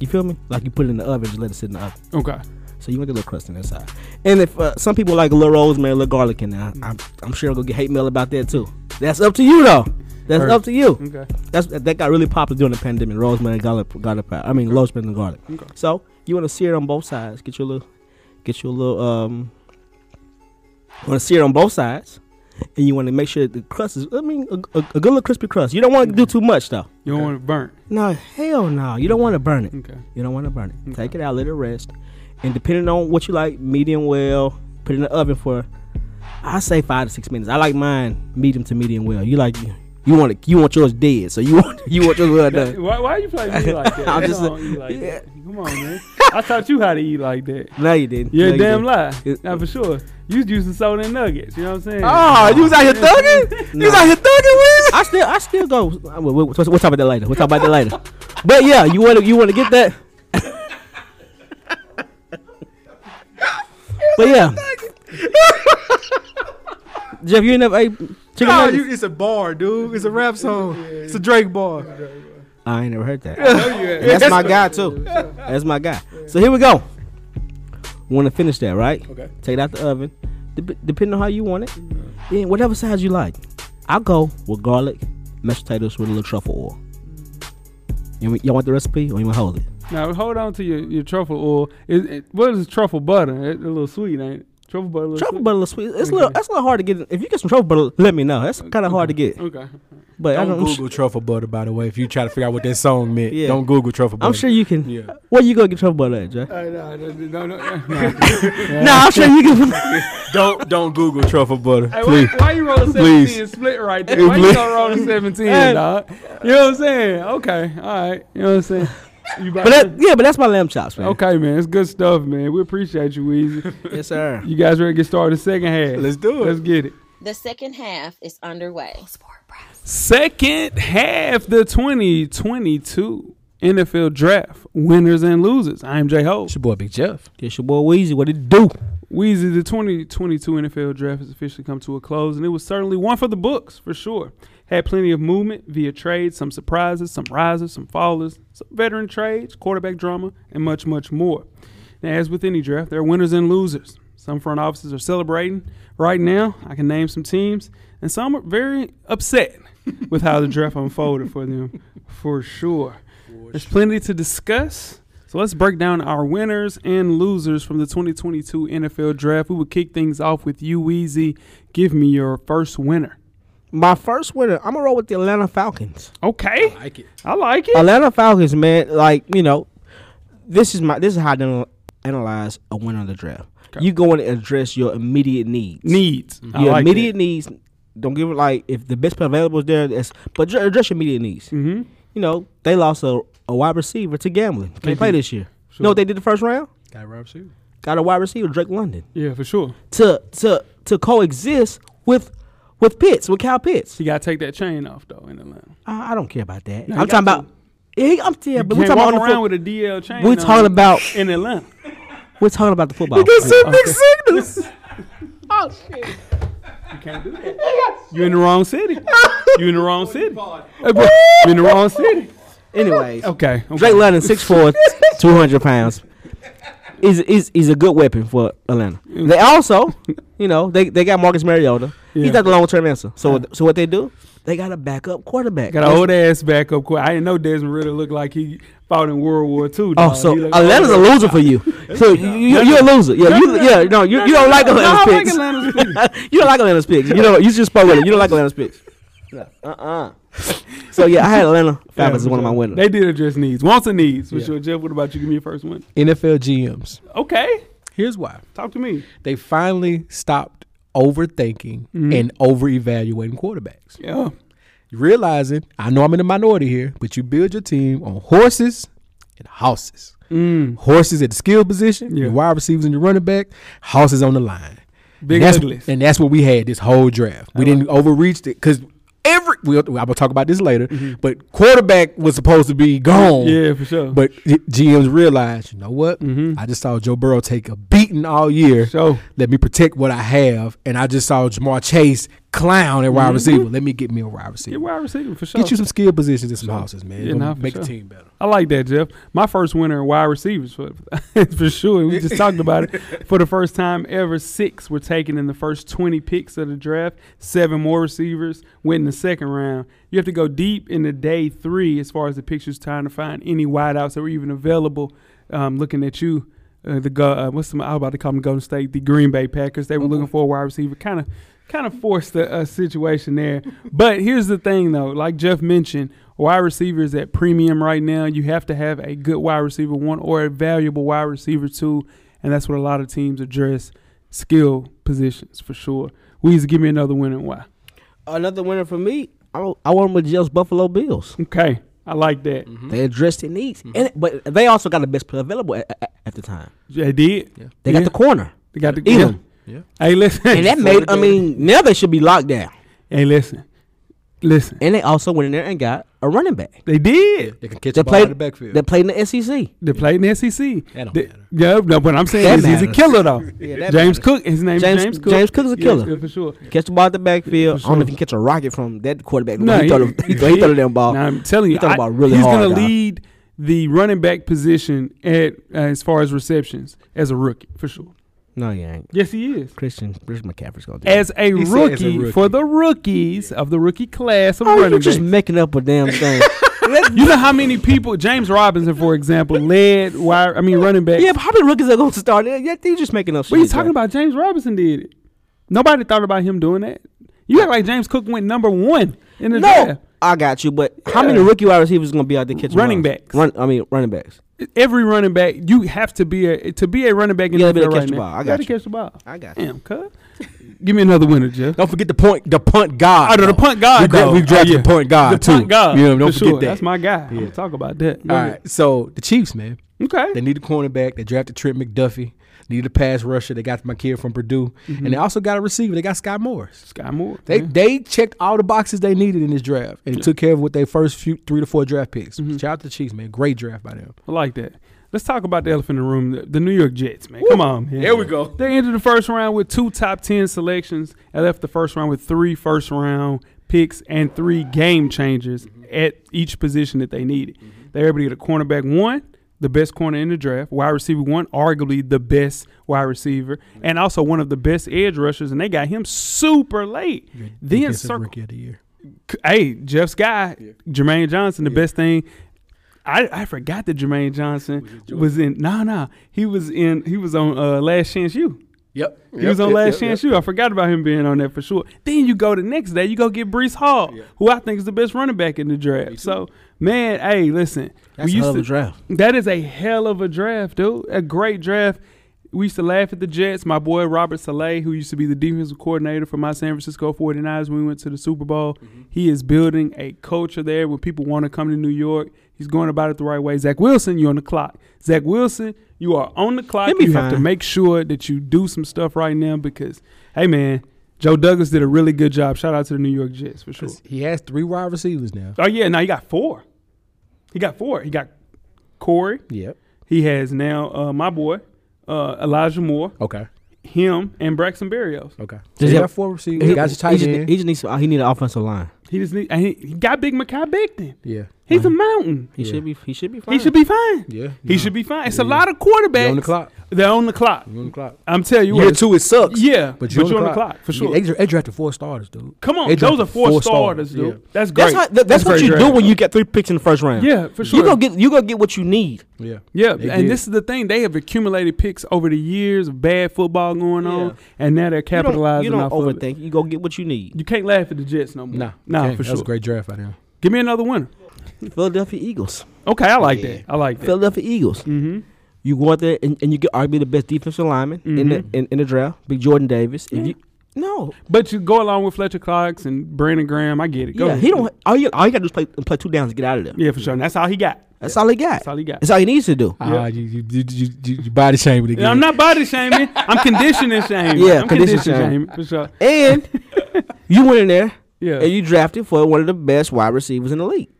Speaker 6: You feel me? Like you put it in the oven, just let it sit in the oven.
Speaker 4: Okay.
Speaker 6: So you want the little crust on the inside. And if uh, some people like a little rosemary, a little garlic in there, I'm, I'm sure I'm gonna get hate mail about that too. That's up to you though. That's
Speaker 4: Right.
Speaker 6: up to you.
Speaker 4: Okay.
Speaker 6: That's that got really popular during the pandemic. Rosemary, garlic, garlic powder. I mean, rosemary and garlic. So you want to sear it on both sides. Get your little, get your little. Um, you want to sear it on both sides, and you want to make sure the crust is. I mean, a, a, a good little crispy crust. You don't want to do too much though.
Speaker 4: You don't want it burnt.
Speaker 6: No, hell no. You don't want to burn it.
Speaker 4: Okay.
Speaker 6: You don't want to burn it. Take it out, let it rest, and depending on what you like, medium well. Put it in the oven for, I say five to six minutes. I like mine medium to medium well. You like you want it, you want yours dead, so you want you want yours well done.
Speaker 4: Why, why you playing me like that?
Speaker 6: I'm
Speaker 4: I
Speaker 6: just-
Speaker 4: don't eat like that. Come on, man. I taught you how to eat like that.
Speaker 6: No, you didn't.
Speaker 4: You're
Speaker 6: no,
Speaker 4: a
Speaker 6: you
Speaker 4: damn
Speaker 6: didn't.
Speaker 4: lie.
Speaker 6: It-
Speaker 4: Now for sure. You was using soda and nuggets. You know what I'm saying?
Speaker 5: Oh, you was out here thugging? You was out here thugging, Wiz?
Speaker 6: I still I still go. Uh, We'll, we'll, we'll talk about that later. We'll talk about that later. But yeah, you want to you want to get that. but yeah, Jeff, you ain't never ate Chicken
Speaker 4: No,
Speaker 5: Oh,
Speaker 6: nuggets.
Speaker 4: you, it's a bar, dude. It's a rap song. It's a Drake bar.
Speaker 6: I ain't never heard that. And that's my guy too. That's my guy. So here we go. Want to finish that, right?
Speaker 5: Okay.
Speaker 6: Take it out the oven. Dep depending on how you want it, then whatever size you like. I go with garlic, mashed potatoes with a little truffle oil. You want- y'all want the recipe or you want to hold it?
Speaker 4: Now hold on to your, your truffle oil. It, it, what is truffle butter? It, a little sweet, ain't it? Truffle butter. a little
Speaker 6: Truffle
Speaker 4: sweet?
Speaker 6: butter, a little sweet. It's a little. That's a little hard to get. If you get some truffle butter, let me know. That's kind of hard to get.
Speaker 4: Okay.
Speaker 6: But I
Speaker 5: Don't
Speaker 6: don't, I'm,
Speaker 5: Google truffle butter, by the way. If you try to figure out what that song meant,
Speaker 6: Yeah.
Speaker 5: don't Google truffle
Speaker 6: I'm
Speaker 5: butter.
Speaker 6: sure you can.
Speaker 5: Yeah.
Speaker 6: Where you go get truffle butter at, Jay?
Speaker 4: no, no,
Speaker 6: No, I'm sure you can.
Speaker 5: don't don't Google truffle butter,
Speaker 4: Hey, why,
Speaker 5: please.
Speaker 4: why you rolling 17
Speaker 5: Please.
Speaker 4: split right there? Why you
Speaker 5: Please.
Speaker 4: don't roll the 17, dog? You know what I'm saying? Okay, all right. You know what I'm saying? You about
Speaker 6: But
Speaker 4: to-
Speaker 6: that, yeah, but that's my lamb chops, man.
Speaker 4: okay, man. It's good stuff, man. We appreciate you, Weezy.
Speaker 6: Yes, sir.
Speaker 4: You guys ready to get started? Second half.
Speaker 5: Let's do it.
Speaker 4: Let's get it.
Speaker 3: The second half is underway.
Speaker 4: Second half, the 2022 NFL Draft winners and losers. I am J Ho.
Speaker 5: It's your boy Big Jeff.
Speaker 6: It's your boy Weezy. What it do?
Speaker 4: Weezy, the 2022 NFL draft has officially come to a close, and it was certainly one for the books, for sure. Had plenty of movement via trade, some surprises, some risers, some fallers, some veteran trades, quarterback drama, and much, much more. Now, as with any draft, there are winners and losers. Some front offices are celebrating right now. I can name some teams, and some are very upset with how the draft unfolded for them, for sure. There's plenty to discuss. So let's break down our winners and losers from the 2022 NFL Draft. We will kick things off with you, Weezy. Give me your first winner.
Speaker 6: My first winner, I'm gonna roll with the Atlanta Falcons.
Speaker 4: Okay,
Speaker 5: Like it.
Speaker 4: I like it.
Speaker 6: Atlanta Falcons, man. Like you know, this is my this is how I anal- analyze a winner of the draft. You go in and address your immediate needs.
Speaker 4: Needs. I
Speaker 6: Your
Speaker 4: like
Speaker 6: Mm-hmm. immediate needs. Don't give it like if the best player available is there. That's, but dr- address your immediate needs.
Speaker 4: hmm
Speaker 6: You know, they lost a, a wide receiver to gambling. Can't play this year. You know what they did the first round?
Speaker 5: Got Rob Shoe.
Speaker 6: Got a wide receiver, Drake London,
Speaker 4: Yeah, for sure.
Speaker 6: to to to coexist with with Pitts, with Cal Pitts.
Speaker 4: You gotta take that chain off though in Atlanta.
Speaker 6: I, I don't care about that.
Speaker 4: you
Speaker 6: I'm talking
Speaker 4: got
Speaker 6: about. Yeah, he- I'm yeah, but
Speaker 4: You can't
Speaker 6: we're
Speaker 4: walk
Speaker 6: talking about on the
Speaker 4: around
Speaker 6: fo-
Speaker 4: with a DL chain.
Speaker 6: We're
Speaker 4: on
Speaker 6: talking about
Speaker 4: in Atlanta.
Speaker 6: we're talking about the football.
Speaker 5: signals.
Speaker 4: Oh, You can't do that. You in the wrong city. You in the
Speaker 6: Oh,
Speaker 4: wrong city. Hey, bro, you in the wrong city.
Speaker 6: Anyways,
Speaker 4: Okay. okay.
Speaker 6: Drake London, 6'4", 200 pounds, is is is a good weapon for Atlanta. They also, you know, they they got Marcus Mariota.
Speaker 4: Yeah.
Speaker 6: He's not the long term answer. So what- so what they do? They got a backup quarterback.
Speaker 4: Got an old ass backup. Court. I didn't know Desmond Ritter looked like he fought in World War II.
Speaker 6: Oh,
Speaker 4: dog.
Speaker 6: so
Speaker 4: He looked-
Speaker 6: Atlanta's a loser for you. So you, you, you're a loser. Yeah, you, yeah. No, you, you don't like
Speaker 4: No, I
Speaker 6: Atlanta's
Speaker 4: like
Speaker 6: picks.
Speaker 4: Atlanta's picks.
Speaker 6: you don't like Atlanta's picks. You know, you just spoke with it. You don't like Atlanta's picks. Uh uh So yeah, I had Atlanta Falcons as
Speaker 4: for
Speaker 6: one of my
Speaker 4: sure.
Speaker 6: winners.
Speaker 4: They did address needs, wants and needs. For
Speaker 5: Yeah.
Speaker 4: sure, Jeff. What about you? Give me your first one.
Speaker 5: NFL GMs.
Speaker 4: Okay,
Speaker 5: Here's why.
Speaker 4: talk to me.
Speaker 5: They finally stopped overthinking
Speaker 6: Mm-hmm.
Speaker 5: and over evaluating quarterbacks.
Speaker 4: Yeah,
Speaker 5: Realizing, I know I'm in the minority here, but you build your team on horses and houses. Horses at the skill position,
Speaker 4: Mm. Yeah.
Speaker 5: your wide receivers and your running back, houses on the line.
Speaker 4: Big
Speaker 5: and that's,
Speaker 4: uglies.
Speaker 5: and that's what we had this whole draft. We didn't overreach it because every. We'll, I'm gonna talk about this later, but quarterback was supposed to be gone.
Speaker 4: Mm-hmm. yeah, for sure. Mm-hmm.
Speaker 5: But G- GMs realized, you know what? I just saw Joe Burrow take a beating all year.
Speaker 4: So-
Speaker 5: let me protect what I have, and I just saw Jamar Chase clown at wide receiver. Let me get me a wide
Speaker 4: get
Speaker 5: receiver.
Speaker 4: Mm-hmm. wide receiver for sure.
Speaker 5: Get you some skill positions and some houses, man.
Speaker 4: Yeah,
Speaker 5: Gonna
Speaker 4: nah, for
Speaker 5: make
Speaker 4: sure.
Speaker 5: the team better.
Speaker 4: I like that, Jeff. My first winner, in wide receivers for for sure. We just talked about it. For the first time ever, six were taken in the first twenty picks of the draft. Seven more receivers went in the second round. You have to go deep into day three as far as the pictures, trying to find any wideouts that were even available. Um, looking at you, uh, the go, uh, what's the, I was about to call them Golden State, the Green Bay Packers. They were looking for a wide receiver, kind of kind of forced a, a situation there. but here's the thing, though. Like Jeff mentioned, wide receiver is at premium right now. You have to have a good wide receiver one or a valuable wide receiver two, and that's what a lot of teams address skill positions for sure. Weezy, give me another win and why?
Speaker 6: Another winner for me. I, I won with Jill's Buffalo Bills.
Speaker 4: Okay, I like that.
Speaker 6: They addressed their needs, and, but they also got the best player available at, at, at the time.
Speaker 4: They did.
Speaker 6: They
Speaker 4: Yeah.
Speaker 6: got the corner,
Speaker 4: They got the
Speaker 6: Elam.
Speaker 4: Hey, listen.
Speaker 6: and that made. I mean, now they should be locked down.
Speaker 4: Hey, listen. Listen,
Speaker 6: and they also went in there and got a running back.
Speaker 4: they did.
Speaker 5: They can catch
Speaker 6: They
Speaker 5: the ball in
Speaker 6: played
Speaker 5: the backfield.
Speaker 6: They played in the E SEC.
Speaker 4: They played in E the SEC.
Speaker 5: That don't
Speaker 4: They-
Speaker 5: matter.
Speaker 4: Yeah, no, but I'm saying
Speaker 6: That
Speaker 4: is he's a
Speaker 6: matters.
Speaker 4: killer though.
Speaker 6: that
Speaker 4: James Cook, his name
Speaker 6: James-
Speaker 4: is James Cook.
Speaker 6: James Cook is a
Speaker 4: Yeah,
Speaker 6: killer.
Speaker 4: yeah, for sure.
Speaker 6: Catch the ball at the backfield.
Speaker 4: For
Speaker 6: I don't know if
Speaker 4: sure.
Speaker 6: you can catch a rocket from that quarterback.
Speaker 4: No,
Speaker 6: No, he,
Speaker 4: he-
Speaker 6: throw the, he, throw, he throw the damn ball.
Speaker 4: Now, I'm telling you,
Speaker 6: He thought
Speaker 4: I-
Speaker 6: Oh, about really
Speaker 4: he's
Speaker 6: hard,
Speaker 4: gonna
Speaker 6: dog.
Speaker 4: lead the running back position at uh, as far as receptions as a rookie for sure.
Speaker 6: No, he ain't.
Speaker 4: Yes, he is.
Speaker 6: Christian Christian McCaffrey's gonna do. it.
Speaker 4: As a,
Speaker 5: He said as a
Speaker 4: rookie
Speaker 5: rookie.
Speaker 4: for the rookies of the rookie class of
Speaker 6: oh,
Speaker 4: running
Speaker 6: you're
Speaker 4: backs.
Speaker 6: just making up a damn thing.
Speaker 4: You know how many people James Robinson, for example, led wire I mean running back.
Speaker 6: yeah, but how many rookies are going to start? Yeah, yeah, you're just making up shit.
Speaker 4: What you talking
Speaker 6: bro.
Speaker 4: about? James Robinson did it. Nobody thought about him doing that. You act like James Cook went number one in the
Speaker 6: No,
Speaker 4: draft.
Speaker 6: I got you. But how
Speaker 4: Yeah.
Speaker 6: many rookie wide receivers going to be out there catching
Speaker 4: Running
Speaker 6: runs?
Speaker 4: backs.
Speaker 6: Run, I mean, running backs.
Speaker 4: Every running back, you have to be a to be a running back in
Speaker 6: You gotta
Speaker 4: the
Speaker 6: be able to
Speaker 4: NFL
Speaker 6: catch
Speaker 4: right
Speaker 6: the
Speaker 4: now.
Speaker 6: ball. I
Speaker 4: You
Speaker 6: got
Speaker 4: gotta
Speaker 6: you.
Speaker 4: catch the ball.
Speaker 6: I got you.
Speaker 4: Damn, cuz. Give me another winner, Jeff.
Speaker 5: Don't forget the point, the punt guard.
Speaker 4: Oh, no, the
Speaker 5: though.
Speaker 4: punt guard,
Speaker 5: We, dra-
Speaker 4: though.
Speaker 5: we drafted
Speaker 4: Oh, yeah.
Speaker 5: the punt guard
Speaker 4: the
Speaker 5: too.
Speaker 4: punt guard.
Speaker 5: Yeah, don't
Speaker 4: for
Speaker 5: forget
Speaker 4: sure.
Speaker 5: that.
Speaker 4: That's my guy.
Speaker 5: Yeah.
Speaker 4: We'll talk about that.
Speaker 5: All right, so the Chiefs, man.
Speaker 4: Okay.
Speaker 5: They need a cornerback. They drafted Trent McDuffie. Needed a pass rusher. They got my kid from Purdue,
Speaker 4: Mm-hmm.
Speaker 5: and they also got a receiver. They got Scott Morris.
Speaker 4: Sky Moore.
Speaker 5: They
Speaker 4: man.
Speaker 5: they checked all the boxes they needed in this draft and took care of what they first few three to four draft picks.
Speaker 4: Mm-hmm.
Speaker 5: Shout out to the Chiefs, man. Great draft by them.
Speaker 4: I like that. Let's talk about the elephant in the room, the, the New York Jets, man. Come on, man.
Speaker 5: There we go.
Speaker 4: They entered the first round with two top 10 selections and left the first round with three first round picks and three game changers at each position that they needed.
Speaker 5: Mm-hmm.
Speaker 4: They were able to get a cornerback one, the best corner in the draft, wide receiver one, arguably the best wide receiver, and also one of the best edge rushers, and they got him super late. Then
Speaker 5: Defensive
Speaker 4: circle
Speaker 5: rookie of the year.
Speaker 4: C- hey, Jeff's guy, Jermaine Johnson, the best thing. I, I forgot that Jermaine Johnson was in. Nah, nah, he was in. He was on uh, Last Chance U.
Speaker 5: Yep.
Speaker 4: He was on Last Chance U. I forgot about him being on that for sure. Then you go the next day, you go get Brees Hall, who I think is the best running back in the draft. So man, hey, listen,
Speaker 5: That's a hell of a draft.
Speaker 4: That is a hell of a draft, dude. A great draft. We used to laugh at the Jets. My boy Robert Saleh, who used to be the defensive coordinator for my San Francisco 49ers when we went to the Super Bowl,
Speaker 6: Mm-hmm.
Speaker 4: he is building a culture there where people want to come to New York. He's going about it the right way. Zach Wilson, you're on the clock. Zach Wilson, you are on the clock.
Speaker 6: He'll be
Speaker 4: you have to
Speaker 6: fine.
Speaker 4: make sure that you do some stuff right now because, hey, man, Joe Douglas did a really good job. Shout out to the New York Jets for sure.
Speaker 5: He has three wide receivers now.
Speaker 4: Oh, yeah, now he got four. He got four. He got Corey.
Speaker 5: Yep.
Speaker 4: He has now uh, my boy uh, Elijah Moore,
Speaker 5: Okay.
Speaker 4: him, and Braxton Berrios.
Speaker 5: Okay.
Speaker 6: Does
Speaker 5: he
Speaker 6: he
Speaker 5: got
Speaker 6: have-
Speaker 5: four receivers.
Speaker 6: He,
Speaker 5: He got his
Speaker 6: he
Speaker 5: tight
Speaker 6: just,
Speaker 5: end.
Speaker 6: he just needs. Some, he need an offensive line.
Speaker 4: He just need, and he, he got Big Makai Becton.
Speaker 5: yeah.
Speaker 4: He's
Speaker 5: Uh-huh.
Speaker 4: a mountain.
Speaker 6: He
Speaker 5: Yeah.
Speaker 6: should be. He should be. Fine.
Speaker 4: He should be fine.
Speaker 5: Yeah.
Speaker 4: He
Speaker 5: No.
Speaker 4: should be fine. It's a
Speaker 5: Yeah.
Speaker 4: lot of quarterbacks.
Speaker 5: You're on the clock.
Speaker 4: They're on the clock.
Speaker 5: You're on the clock.
Speaker 4: I'm telling you
Speaker 5: Year
Speaker 4: what.
Speaker 5: two, it sucks.
Speaker 4: Yeah,
Speaker 5: But you're, on, the clock.
Speaker 4: for
Speaker 5: Yeah,
Speaker 4: sure.
Speaker 5: they, dra- they drafted four starters, dude.
Speaker 4: Come on,
Speaker 5: They
Speaker 4: those
Speaker 5: drafted
Speaker 4: are four,
Speaker 5: four
Speaker 4: starters,
Speaker 5: starters,
Speaker 4: dude.
Speaker 5: yeah.
Speaker 4: That's great.
Speaker 6: That's, how, that, that's, what
Speaker 4: great
Speaker 6: you
Speaker 4: draft.
Speaker 6: do when you get three picks in the first round.
Speaker 4: Yeah, for sure.
Speaker 6: You gonna get. You gonna get what you need.
Speaker 5: Yeah.
Speaker 4: Yeah,
Speaker 5: They
Speaker 4: and
Speaker 5: did.
Speaker 4: this is the thing. They have accumulated picks over the years of bad football going on, and now they're
Speaker 6: You don't-
Speaker 4: capitalizing
Speaker 6: You don't,
Speaker 4: off of it.
Speaker 6: overthink. You go get what you need.
Speaker 4: You can't laugh at the Jets no more.
Speaker 5: Nah.
Speaker 4: nah,
Speaker 5: okay,
Speaker 4: for
Speaker 5: that
Speaker 4: sure.
Speaker 5: was a great draft by them.
Speaker 4: Give me another winner.
Speaker 6: Philadelphia Eagles.
Speaker 4: Okay, I like that. I like that.
Speaker 6: Philadelphia Eagles.
Speaker 4: Mm-hmm.
Speaker 6: You go out there and, and you get arguably the best defensive lineman in the
Speaker 4: Mm-hmm.
Speaker 6: in, in the draft. Big Jordan Davis. If you no,
Speaker 4: But you go along with Fletcher Cox and Brandon Graham. I get it. Go
Speaker 6: yeah,
Speaker 4: ahead.
Speaker 6: he don't. All you all you gotta do is play play two downs and get out of there.
Speaker 4: Yeah, for sure. And that's all he got.
Speaker 6: That's all he got.
Speaker 4: That's all he got.
Speaker 6: That's all he needs to do.
Speaker 5: Ah, you, you, you, you, you, you body shamed it again.
Speaker 4: Yeah, I'm not body shaming. I'm conditioning shaming.
Speaker 6: Yeah,
Speaker 4: I'm
Speaker 6: condition
Speaker 4: conditioning shaming
Speaker 6: shaming.
Speaker 4: for sure.
Speaker 6: And you went in there
Speaker 4: Yeah,
Speaker 6: and
Speaker 4: you,
Speaker 6: you drafted for one of the best wide receivers in the league.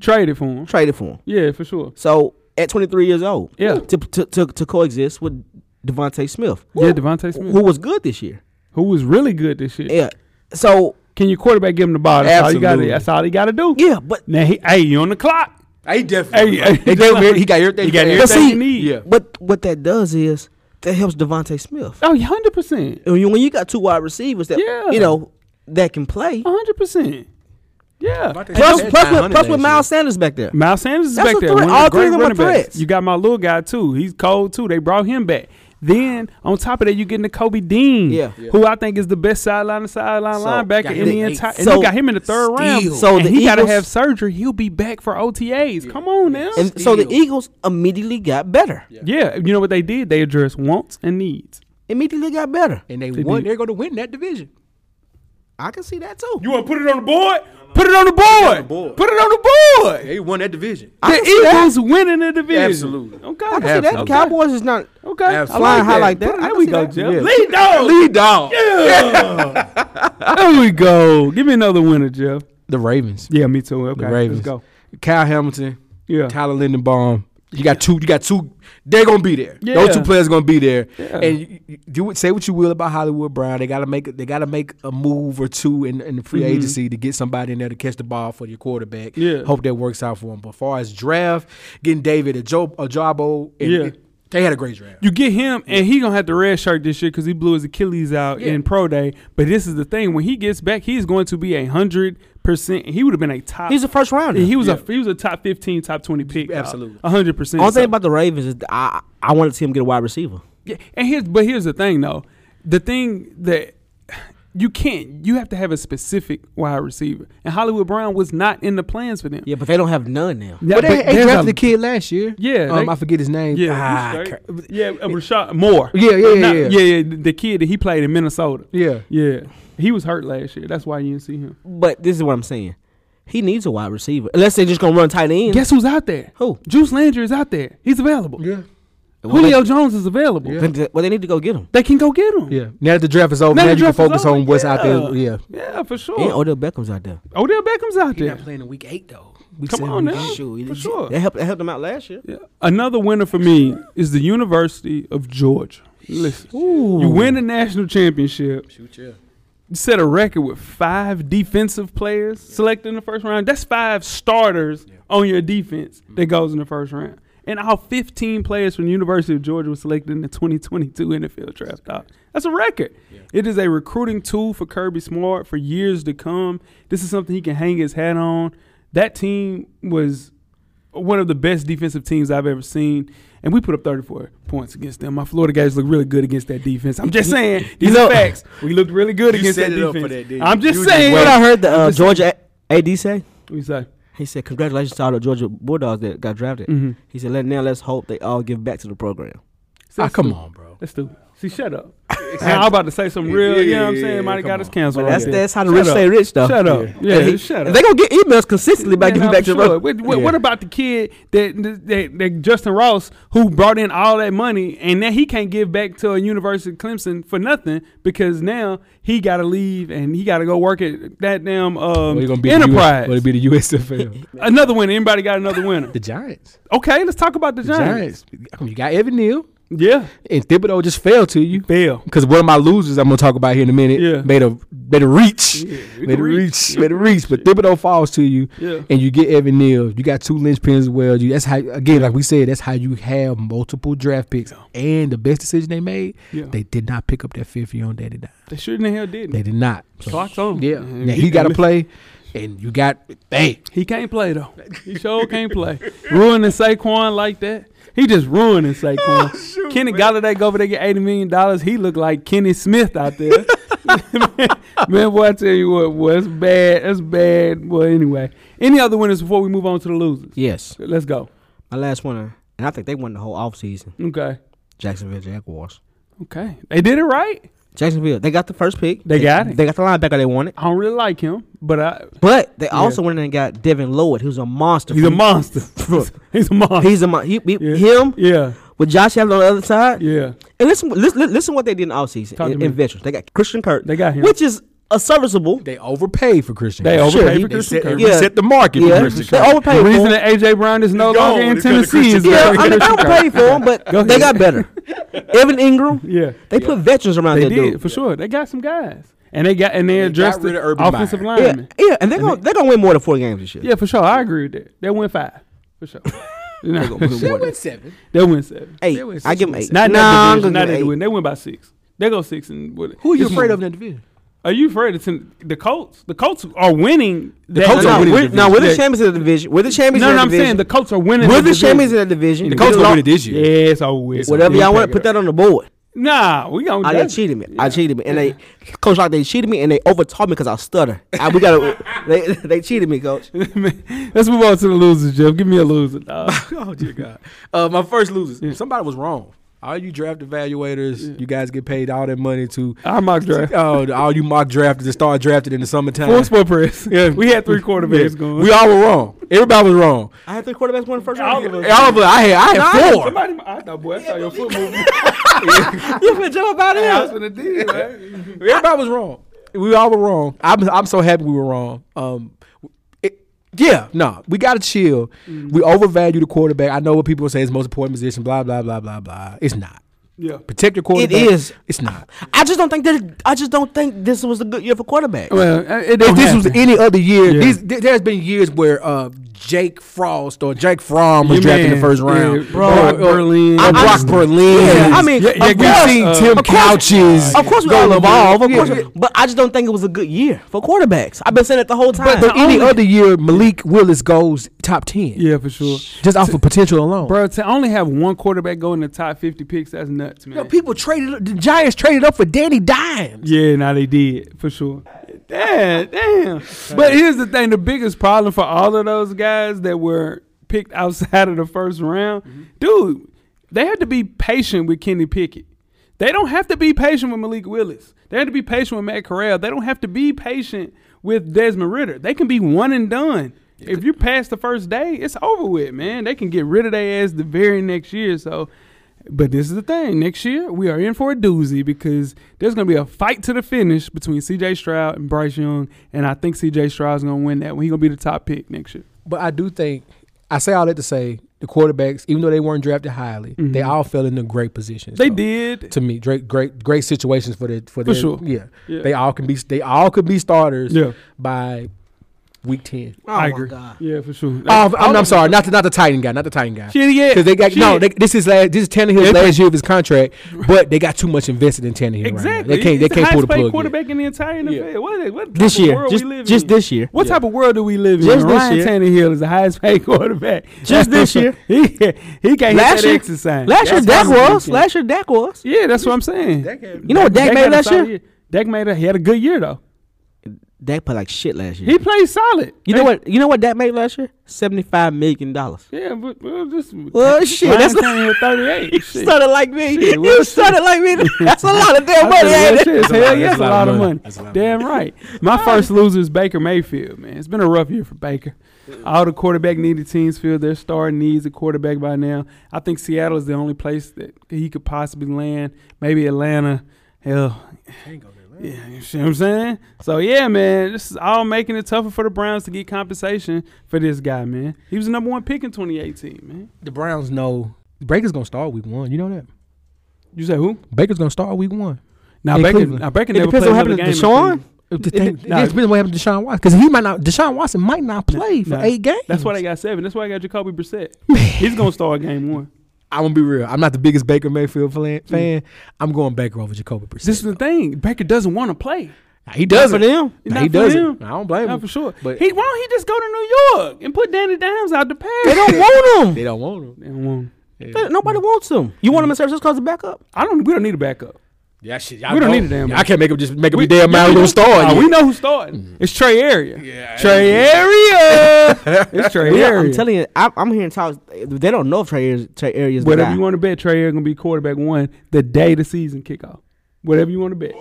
Speaker 4: traded for him.
Speaker 6: Traded for him.
Speaker 4: Yeah, for sure.
Speaker 6: So at 23 years old,
Speaker 4: Yeah.
Speaker 6: to to to, to coexist with Devonte Smith,
Speaker 4: Yeah, Devontae Smith,
Speaker 6: who was good this year.
Speaker 4: who was really good this year.
Speaker 6: Yeah. So
Speaker 4: Can your quarterback give him the ball? That's all you got. to
Speaker 5: Absolutely.
Speaker 4: That's all he got to do.
Speaker 6: yeah, but
Speaker 4: Now he, hey, you on the clock?
Speaker 5: He
Speaker 4: Hey,
Speaker 5: definitely.
Speaker 4: hey,
Speaker 5: they gave him, he got everything.
Speaker 4: He got
Speaker 5: everything.
Speaker 6: but
Speaker 4: everything
Speaker 6: see,
Speaker 4: you need.
Speaker 5: Yeah.
Speaker 6: But what that does is that helps Devonte Smith.
Speaker 4: Oh, 100 percent,
Speaker 6: And you- when you got two wide receivers that
Speaker 4: Yeah. Oh.
Speaker 6: you know that can play,
Speaker 4: hundred percent. Yeah.
Speaker 5: Devontae
Speaker 6: plus
Speaker 5: Smith
Speaker 6: plus
Speaker 5: had
Speaker 6: with, plus
Speaker 5: 900
Speaker 6: with Miles Sanders back there.
Speaker 4: Miles Sanders is
Speaker 6: That's
Speaker 4: back
Speaker 6: a
Speaker 4: there.
Speaker 6: threat.
Speaker 4: One
Speaker 6: All
Speaker 4: of the
Speaker 6: three
Speaker 4: great
Speaker 6: of them are
Speaker 4: running backs.
Speaker 6: threats.
Speaker 4: You got my little guy too. He's cold too. They brought him back. Then on top of that, you get into Kobe Dean,
Speaker 6: Yeah. Yeah.
Speaker 4: who I think is the best sideline to sideline
Speaker 6: So,
Speaker 4: linebacker
Speaker 6: got
Speaker 4: in the
Speaker 6: him.
Speaker 4: entire. and
Speaker 6: So,
Speaker 4: you got him in the third round.
Speaker 5: still.
Speaker 6: So
Speaker 4: and
Speaker 6: the
Speaker 4: he got to
Speaker 6: Eagles-
Speaker 4: have surgery. He'll be back for OTAs. Come on now.
Speaker 6: And so the Eagles immediately got better.
Speaker 4: yeah, you know what they did? They addressed wants and needs.
Speaker 6: Immediately got better.
Speaker 5: And they,
Speaker 4: They
Speaker 5: won.
Speaker 4: did.
Speaker 5: They're going to win that division.
Speaker 6: I can see that too.
Speaker 4: You want to put it on the board? Put it on the board.
Speaker 5: board.
Speaker 4: Put it on the board.
Speaker 5: They won that division.
Speaker 6: I
Speaker 4: The
Speaker 6: can see that.
Speaker 4: Eagles winning the division.
Speaker 5: Absolutely.
Speaker 4: Okay.
Speaker 6: I can see that. The
Speaker 5: Absolutely.
Speaker 6: Cowboys is not
Speaker 4: Okay.
Speaker 5: Absolutely.
Speaker 4: I
Speaker 6: flying high like
Speaker 4: Put
Speaker 6: that.
Speaker 4: it-
Speaker 6: I
Speaker 4: There
Speaker 6: can
Speaker 4: we
Speaker 6: see
Speaker 4: go,
Speaker 6: that.
Speaker 4: Jeff.
Speaker 6: Yeah.
Speaker 4: Lead dog.
Speaker 5: Lead dog.
Speaker 4: Yeah. there we go. Give me another winner, Jeff.
Speaker 5: The Ravens.
Speaker 4: Yeah, me too. Okay,
Speaker 5: Ravens.
Speaker 4: let's go.
Speaker 5: Kyle Hamilton,
Speaker 4: Yeah,
Speaker 5: Tyler Lindenbaum. You got two. You got two. They're gonna be there. Those
Speaker 4: Yeah.
Speaker 5: two players gonna be there.
Speaker 4: Yeah.
Speaker 5: And you, you- you would say what you will about Hollywood Brown. They gotta make. They gotta make a move or two in, in the free
Speaker 4: Mhm.
Speaker 5: agency to get somebody in there to catch the ball for your quarterback.
Speaker 4: Yeah.
Speaker 5: Hope that works out for them. But far as draft, getting David a Joe a Jabo. And
Speaker 4: Yeah.
Speaker 5: They had a great draft.
Speaker 4: you get him, and he gonna have the red shirt this year because he blew his Achilles out
Speaker 5: Yeah.
Speaker 4: in pro day. But this is the thing: when he gets back, he's going to be a hundred percent. He would have been a top.
Speaker 6: He's a first rounder.
Speaker 4: he was
Speaker 5: Yeah.
Speaker 4: a he was a top fifteen, top twenty pick.
Speaker 5: Absolutely.
Speaker 4: hundred percent.
Speaker 6: Only thing about the Ravens is I I want to see him get a wide receiver.
Speaker 4: Yeah, and here's but here's the thing though, the thing that you can't you have to have a specific wide receiver, and Hollywood Brown was not in the plans for them.
Speaker 6: Yeah, but they don't have none now.
Speaker 4: Yeah,
Speaker 5: But they, they
Speaker 4: there's
Speaker 5: drafted
Speaker 4: a-
Speaker 5: the kid last year.
Speaker 4: Yeah,
Speaker 5: um,
Speaker 4: they-
Speaker 5: I forget his name.
Speaker 4: Yeah,
Speaker 5: Ah,
Speaker 4: you straight.
Speaker 5: cra-
Speaker 4: yeah, uh, Rashad Moore.
Speaker 5: Yeah, yeah, yeah,
Speaker 4: Not-
Speaker 5: yeah.
Speaker 4: yeah. The the kid that he played in Minnesota.
Speaker 5: yeah.
Speaker 4: Yeah, he was hurt last year. That's why you didn't see him.
Speaker 6: But this is what I'm saying. He needs a wide receiver. Unless they're just gonna run tight end.
Speaker 4: Guess who's out there?
Speaker 6: Who?
Speaker 4: Juice Landry is out there. He's available.
Speaker 5: Yeah.
Speaker 6: Well,
Speaker 4: Julio Jones is available.
Speaker 5: Yeah.
Speaker 6: Then th- Well, they need to go get him.
Speaker 4: They can go get him.
Speaker 5: Yeah. Now that the draft is over, now,
Speaker 4: the
Speaker 5: you can
Speaker 4: draft is
Speaker 5: focus
Speaker 4: over,
Speaker 5: on what's out there. Yeah. oh,
Speaker 4: yeah, for sure.
Speaker 6: And Odell Beckham's out there.
Speaker 4: Odell Beckham's out there.
Speaker 5: playing in week eight though. Week
Speaker 4: Come
Speaker 5: seven,
Speaker 4: on
Speaker 5: week
Speaker 4: now.
Speaker 5: eight.
Speaker 6: Shoot,
Speaker 4: for sure.
Speaker 6: They helped, they helped him out last year.
Speaker 4: Yeah. Another winner for me is the University of Georgia. Listen, you win a national championship,
Speaker 5: Shoot yeah.
Speaker 4: set a record with five defensive players selected in the first round. That's five starters on your defense that goes in the first round. And all 15 players from the University of Georgia were selected in the 2022 NFL draft. dog. That's a record. It is a recruiting tool for Kirby Smart for years to come. This is something he can hang his hat on. That team was one of the best defensive teams I've ever seen. And we put up 34 points against them. My Florida guys look really good against that defense. I'm just saying. These
Speaker 6: know-
Speaker 4: are facts. We looked really good
Speaker 5: You
Speaker 4: against
Speaker 5: set
Speaker 4: that
Speaker 5: it up
Speaker 4: defense.
Speaker 5: for that, didn't you?
Speaker 4: I'm just
Speaker 5: You just
Speaker 4: saying.
Speaker 5: wait.
Speaker 6: What I heard the
Speaker 4: I'm
Speaker 6: uh,
Speaker 4: just
Speaker 6: Georgia A- AD say?
Speaker 4: We say,
Speaker 6: He said, "Congratulations to all the Georgia Bulldogs that got drafted."
Speaker 4: Mhm.
Speaker 6: He said, "Let now let's hope they all give back to the program."
Speaker 5: Ah, come on, bro.
Speaker 4: That's stupid. See, shut up. I'm about to say some real, you know what I'm
Speaker 5: Yeah,
Speaker 4: saying?
Speaker 5: yeah,
Speaker 4: Might have
Speaker 5: come
Speaker 4: got us
Speaker 5: on.
Speaker 4: canceled.
Speaker 6: But that's
Speaker 4: right there.
Speaker 6: that's how the
Speaker 4: Oh, Shut
Speaker 6: rich
Speaker 4: up.
Speaker 6: stay rich, though.
Speaker 4: Shut up. Yeah,
Speaker 6: And he-
Speaker 4: shut up.
Speaker 6: They gonna get emails consistently about
Speaker 4: Yeah,
Speaker 6: giving
Speaker 4: nah,
Speaker 6: back
Speaker 4: for
Speaker 6: to
Speaker 4: sure.
Speaker 6: the program.
Speaker 4: What, what,
Speaker 5: Yeah.
Speaker 4: what about the kid that, that, that, that Justin Ross who brought in all that money and now he can't give back to a University of Clemson for nothing because now he got to leave and he got to go work at that damn um,
Speaker 5: Well,
Speaker 4: Enterprise.
Speaker 5: Well, it be the USFL.
Speaker 4: another winner. Anybody got another winner?
Speaker 5: the Giants.
Speaker 4: okay, let's talk about the
Speaker 5: The
Speaker 4: Giants.
Speaker 5: Giants. You got Evan Neal
Speaker 4: Yeah,
Speaker 5: and Thibodeau just fell to you.
Speaker 4: Bell.
Speaker 5: Because one of my losers I'm gonna talk about here in a minute.
Speaker 4: Yeah.
Speaker 5: Made a made a reach.
Speaker 4: Yeah,
Speaker 5: made a reach.
Speaker 4: reach.
Speaker 5: Made a reach. But Thibodeau falls to you.
Speaker 4: Yeah.
Speaker 5: And you get Evan Neal. You got two linchpins as well. You that's how again, like we said, that's how you have multiple draft picks. And the best decision they made,
Speaker 4: Yeah.
Speaker 5: they did not pick up that fifth year on daddy dime.
Speaker 4: They shouldn't have hell didn't.
Speaker 5: They did not. So,
Speaker 4: Clock's on.
Speaker 5: Yeah.
Speaker 4: And
Speaker 5: Now
Speaker 4: he-
Speaker 5: he got to play, and you got hey.
Speaker 4: He can't play though. He sure can't play. Ruining Saquon like that. He just ruining Saquon. Kenny Galladay go over there get eighty million dollars. He look like Kenny Smith out there. Man, boy, I tell you what, boy, it's bad. That's bad. Well, anyway, any other winners before we move on to the losers?
Speaker 6: Yes,
Speaker 4: Let's go.
Speaker 6: my last winner, and I think they won the whole offseason.
Speaker 4: Okay,
Speaker 6: Jacksonville Jaguars.
Speaker 4: okay, they did it right.
Speaker 6: Jacksonville, they got the first pick.
Speaker 4: They got it.
Speaker 6: They got the linebacker they wanted.
Speaker 4: I don't really like him, but I,
Speaker 6: But they also went in and got Devin Lloyd, who's a monster.
Speaker 4: he's a
Speaker 6: from-
Speaker 4: monster. he's a monster.
Speaker 6: He's a mon- he, he-
Speaker 4: Yeah.
Speaker 6: Him
Speaker 4: yeah,
Speaker 6: with Josh Allen on the other side.
Speaker 4: yeah.
Speaker 6: And listen, listen, listen what they did in offseason
Speaker 4: Talk to
Speaker 6: in,
Speaker 4: me.
Speaker 6: in veterans. They got Christian Kirk.
Speaker 4: They got him.
Speaker 6: Which is a serviceable.
Speaker 5: They overpaid for Christian.
Speaker 4: They
Speaker 5: Kirk.
Speaker 4: overpaid
Speaker 5: Sure,
Speaker 4: for
Speaker 5: they
Speaker 4: Christian
Speaker 5: set,
Speaker 4: Kirk.
Speaker 5: they
Speaker 6: Yeah.
Speaker 5: set the market
Speaker 6: Yeah.
Speaker 5: for Christian
Speaker 6: They
Speaker 5: Kirk.
Speaker 6: overpaid
Speaker 4: The
Speaker 6: for
Speaker 4: reason
Speaker 6: him.
Speaker 4: that AJ Brown is no
Speaker 5: He's gone.
Speaker 4: longer in
Speaker 5: It's 'cause of
Speaker 4: Tennessee is
Speaker 5: Christian
Speaker 6: Yeah,
Speaker 4: because
Speaker 6: I
Speaker 4: of
Speaker 6: mean, they
Speaker 4: Christian Kirk.
Speaker 6: overpaid for him, but
Speaker 4: Go
Speaker 6: they
Speaker 4: ahead.
Speaker 6: got better. Evan Ingram.
Speaker 4: Yeah.
Speaker 6: They put veterans around
Speaker 4: They
Speaker 6: that
Speaker 4: did
Speaker 6: dude.
Speaker 4: for sure. They got some guys, and they got and they,
Speaker 5: got
Speaker 4: addressed
Speaker 5: rid
Speaker 4: the
Speaker 5: of Urban
Speaker 4: offensive
Speaker 5: Meyer.
Speaker 6: Yeah,
Speaker 4: lineman.
Speaker 6: yeah, and they're gonna they're gonna win more than four games this year.
Speaker 4: Yeah. for sure. I agree with that. They win five for sure. You know,
Speaker 6: They gonna win more than
Speaker 5: seven.
Speaker 4: they win seven.
Speaker 6: eight. I give them eight.
Speaker 4: Not in
Speaker 6: Nah,
Speaker 4: that
Speaker 6: I'm
Speaker 4: division.
Speaker 6: gonna
Speaker 4: Not in
Speaker 6: give
Speaker 4: that
Speaker 6: 'em
Speaker 4: division. They win by six. They go six and what?
Speaker 5: Who are you afraid of in that division?
Speaker 4: Are you afraid of ten, the Colts? The Colts are winning. The
Speaker 5: Colts
Speaker 6: eight.
Speaker 5: are
Speaker 6: No, no,
Speaker 5: winning
Speaker 6: we're,
Speaker 5: the
Speaker 6: no, we're the
Speaker 4: division.
Speaker 6: champions of the division. We're the champions.
Speaker 4: No,
Speaker 6: of
Speaker 4: no,
Speaker 6: the
Speaker 4: I'm
Speaker 6: division.
Speaker 4: saying the Colts are winning.
Speaker 6: we're
Speaker 4: the
Speaker 6: the
Speaker 4: division.
Speaker 6: champions of the division.
Speaker 5: The Colts
Speaker 6: We
Speaker 5: are
Speaker 6: lost-
Speaker 5: winning this year.
Speaker 4: Yes, I will.
Speaker 6: Whatever y'all want, put that Oh, on the board.
Speaker 4: Nah, we gonna.
Speaker 6: I
Speaker 4: judge
Speaker 6: they
Speaker 4: it.
Speaker 6: cheated me. I cheated me, and they coach like they cheated me, and they overtaught me because I stutter. I, we gotta. they they cheated me, coach.
Speaker 4: Let's move on to the losers, Jeff. Give me a loser, dog.
Speaker 5: Oh dear God! Uh, my first losers. Somebody was wrong. All you draft evaluators, you guys get paid all that money to.
Speaker 4: Our mock draft.
Speaker 5: Oh, all you mock drafted and start drafted in the summertime.
Speaker 4: Four sport press.
Speaker 5: Yeah.
Speaker 4: We had three quarterbacks
Speaker 5: Yeah.
Speaker 4: going.
Speaker 5: We all were wrong. Everybody was wrong.
Speaker 6: I had three quarterbacks win the first
Speaker 4: All of
Speaker 6: round.
Speaker 4: us.
Speaker 5: All of us. I had. I
Speaker 4: Nah,
Speaker 5: had four.
Speaker 4: Somebody, I thought, boy, I saw your foot moving.
Speaker 6: You finna jump out of
Speaker 4: I
Speaker 6: here?
Speaker 4: was finna do it, right?
Speaker 5: Everybody was wrong. we all were wrong. I'm I'm so happy we were wrong. Um, it, yeah, no, we gotta chill. We overvalue the quarterback. I know what people say is the most important position. Blah blah blah blah blah. It's not.
Speaker 4: Yeah.
Speaker 5: Protect your quarterback.
Speaker 6: is.
Speaker 5: It's not.
Speaker 6: I just don't think that. I just don't think this was a good year for quarterback.
Speaker 4: Well, uh, it,
Speaker 5: If this was any other year,
Speaker 4: Yeah.
Speaker 5: these, th- there's been years where uh, Jake Frost or Jake Fromm was drafted in the first round.
Speaker 4: bro.
Speaker 5: Or-
Speaker 4: Brock
Speaker 5: or-
Speaker 4: Berlin.
Speaker 5: Or Brock Berlin.
Speaker 6: Yeah, I mean,
Speaker 5: yeah,
Speaker 6: of
Speaker 5: yeah, we've
Speaker 6: course,
Speaker 5: seen
Speaker 6: uh,
Speaker 5: Tim
Speaker 6: of course-
Speaker 5: Couches.
Speaker 6: Of course, we
Speaker 5: go
Speaker 6: all evolve.
Speaker 5: LeBron.
Speaker 6: Of course,
Speaker 5: Yeah, yeah.
Speaker 6: but I just don't think it was a good year for quarterbacks. I've been saying it the whole time.
Speaker 5: But, but any other year, Malik Willis goes top ten.
Speaker 4: Yeah, for sure.
Speaker 5: just off of potential alone.
Speaker 4: Bro, to only have one quarterback go in the top 50 picks, that's nuts, man.
Speaker 5: Yo, people traded the Giants traded up for Danny Dimes.
Speaker 4: Yeah, now they did for sure. Damn, damn. But here's the thing: the biggest problem for all of those guys that were picked outside of the first round, dude, they had to be patient with Kenny Pickett. They don't have to be patient with Malik Willis. They have to be patient with Matt Corral. They don't have to be patient with Desmond Ritter. They can be one and done. If you pass the first day, it's over with, man. They can get rid of their ass the very next year. So but this is the thing. Next year, we are in for a doozy because there's going to be a fight to the finish between CJ Stroud and Bryce Young. And I think CJ Stroud's going to win that one. He's going to be the top pick next year.
Speaker 5: But I do think I say all that to say the quarterbacks, even though they weren't drafted highly, they
Speaker 6: Mm-hmm.
Speaker 5: all fell into great positions.
Speaker 4: They
Speaker 5: though.
Speaker 4: did.
Speaker 5: to me, great, great, great situations for the
Speaker 4: For
Speaker 5: for, their-
Speaker 4: sure.
Speaker 5: Yeah.
Speaker 4: Yeah.
Speaker 5: they all can be they all could be starters.
Speaker 4: Yeah. Uh,
Speaker 5: by week ten.
Speaker 6: oh
Speaker 4: I
Speaker 6: my
Speaker 4: agree.
Speaker 6: God.
Speaker 4: Yeah, for sure.
Speaker 5: Oh, I'm, I'm sorry, not the, not the Titan guy, not the Titan guy.
Speaker 4: Shit, yeah.
Speaker 5: Because they got no.
Speaker 4: Shit.
Speaker 5: They, this is last. This is Tannehill's last year of his contract, but they got too much invested in Tannehill. Right now.
Speaker 4: Exactly.
Speaker 5: They can't. They
Speaker 4: He's
Speaker 5: can't pull the
Speaker 4: highest paid
Speaker 5: plug. yet.
Speaker 4: quarterback in the entire NFL. What, is- what type
Speaker 6: This
Speaker 4: of
Speaker 6: year,
Speaker 4: world
Speaker 6: just,
Speaker 4: we live
Speaker 6: just
Speaker 4: in?
Speaker 6: this year.
Speaker 4: What type of world do we live in?
Speaker 6: Just this
Speaker 4: Ryan
Speaker 6: year.
Speaker 4: Tannehill is the highest paid quarterback.
Speaker 6: Just this year.
Speaker 4: he, he can't last
Speaker 6: Last
Speaker 4: hit that
Speaker 6: year-
Speaker 4: exercise.
Speaker 6: Last year,
Speaker 4: That's
Speaker 6: Dak
Speaker 4: what I'm
Speaker 6: was.
Speaker 4: thinking.
Speaker 6: Last year, Dak was.
Speaker 4: Yeah, that's what I'm saying.
Speaker 6: You know what Dak
Speaker 4: had
Speaker 6: made
Speaker 4: a
Speaker 6: last
Speaker 4: solid
Speaker 6: year?
Speaker 4: Dak made a, he had a good year though.
Speaker 6: Dak played like shit last year.
Speaker 4: He played solid.
Speaker 6: you know what? You know what Dak made last year? Seventy-five million dollars.
Speaker 4: Yeah, but well, this
Speaker 6: Well, shit,
Speaker 4: Lions
Speaker 6: that's-
Speaker 4: came in at 38.
Speaker 6: You
Speaker 4: shit.
Speaker 6: started like me.
Speaker 4: Shit, what
Speaker 6: you
Speaker 4: the
Speaker 6: started like me. That's a lot of damn
Speaker 4: I said,
Speaker 6: money,
Speaker 4: well,
Speaker 6: ain't
Speaker 4: shit,
Speaker 6: it?
Speaker 4: it's Hell yeah,
Speaker 5: that's
Speaker 4: it's a lot of money.
Speaker 5: That's a lot of
Speaker 4: Damn right. My first loser is Baker Mayfield, man. It's been a rough year for Baker. All the quarterback needed teams feel their star needs a quarterback by now. I think Seattle is the only place that he could possibly land. Maybe Atlanta. Hell, Yeah, you see what I'm saying? So yeah, man, this is all making it tougher for the Browns to get compensation for this guy, man. He was the number one pick in 2018, man.
Speaker 5: The Browns know Baker's gonna start week one. You know that
Speaker 4: You say who?
Speaker 5: Baker's gonna start week one.
Speaker 4: Now
Speaker 5: In
Speaker 4: Baker,
Speaker 5: Cleveland.
Speaker 4: now Baker
Speaker 6: It
Speaker 4: never
Speaker 6: depends
Speaker 4: played
Speaker 6: on what
Speaker 4: another
Speaker 6: happened to
Speaker 4: game. in
Speaker 6: Deshaun.
Speaker 4: Cleveland.
Speaker 5: It, it,
Speaker 4: it-
Speaker 5: it depends what happens to Deshaun Watson because he might not. Deshaun Watson might not play for
Speaker 4: Nah.
Speaker 5: eight games.
Speaker 4: That's why they got seven. That's why I got Jacoby Brissett. He's gonna start game one.
Speaker 5: I'm gonna be real. I'm not the biggest Baker Mayfield fan. fan. I'm going Baker over Jacoby Brissett.
Speaker 4: Mm. This is the thing. Baker doesn't want to play.
Speaker 5: Nah, he doesn't.
Speaker 6: for them.
Speaker 5: Nah,
Speaker 4: Not
Speaker 5: he
Speaker 4: for
Speaker 5: doesn't.
Speaker 4: him.
Speaker 5: I don't blame him
Speaker 4: Not for sure.
Speaker 5: But
Speaker 4: he won't. He just go to New York and put Danny Dimes out the pass.
Speaker 6: They don't want
Speaker 5: they
Speaker 6: him.
Speaker 5: don't want him.
Speaker 4: They don't want him.
Speaker 6: They- Nobody wants him. You want him in San Francisco as a backup?
Speaker 4: I don't. We don't need a backup.
Speaker 5: Yeah, shit.
Speaker 4: We don't need a damn
Speaker 5: I can't make him just make him
Speaker 4: We
Speaker 5: be damn
Speaker 4: yeah,
Speaker 5: Mario
Speaker 4: we know-
Speaker 5: star.
Speaker 4: Nah,
Speaker 5: yet.
Speaker 4: we know who's
Speaker 6: Mm-hmm.
Speaker 4: starting. It's Trey Area.
Speaker 5: Yeah.
Speaker 4: Trey Area. it's Trey
Speaker 6: Yeah,
Speaker 4: Area.
Speaker 6: I'm telling you, I'm, I'm hearing talks. They don't know if Trey Ayers, Trey Ayers the
Speaker 4: Whatever
Speaker 6: guy.
Speaker 4: you want to bet, Trey Area gonna be quarterback one the day the season kick off. Whatever you want to bet.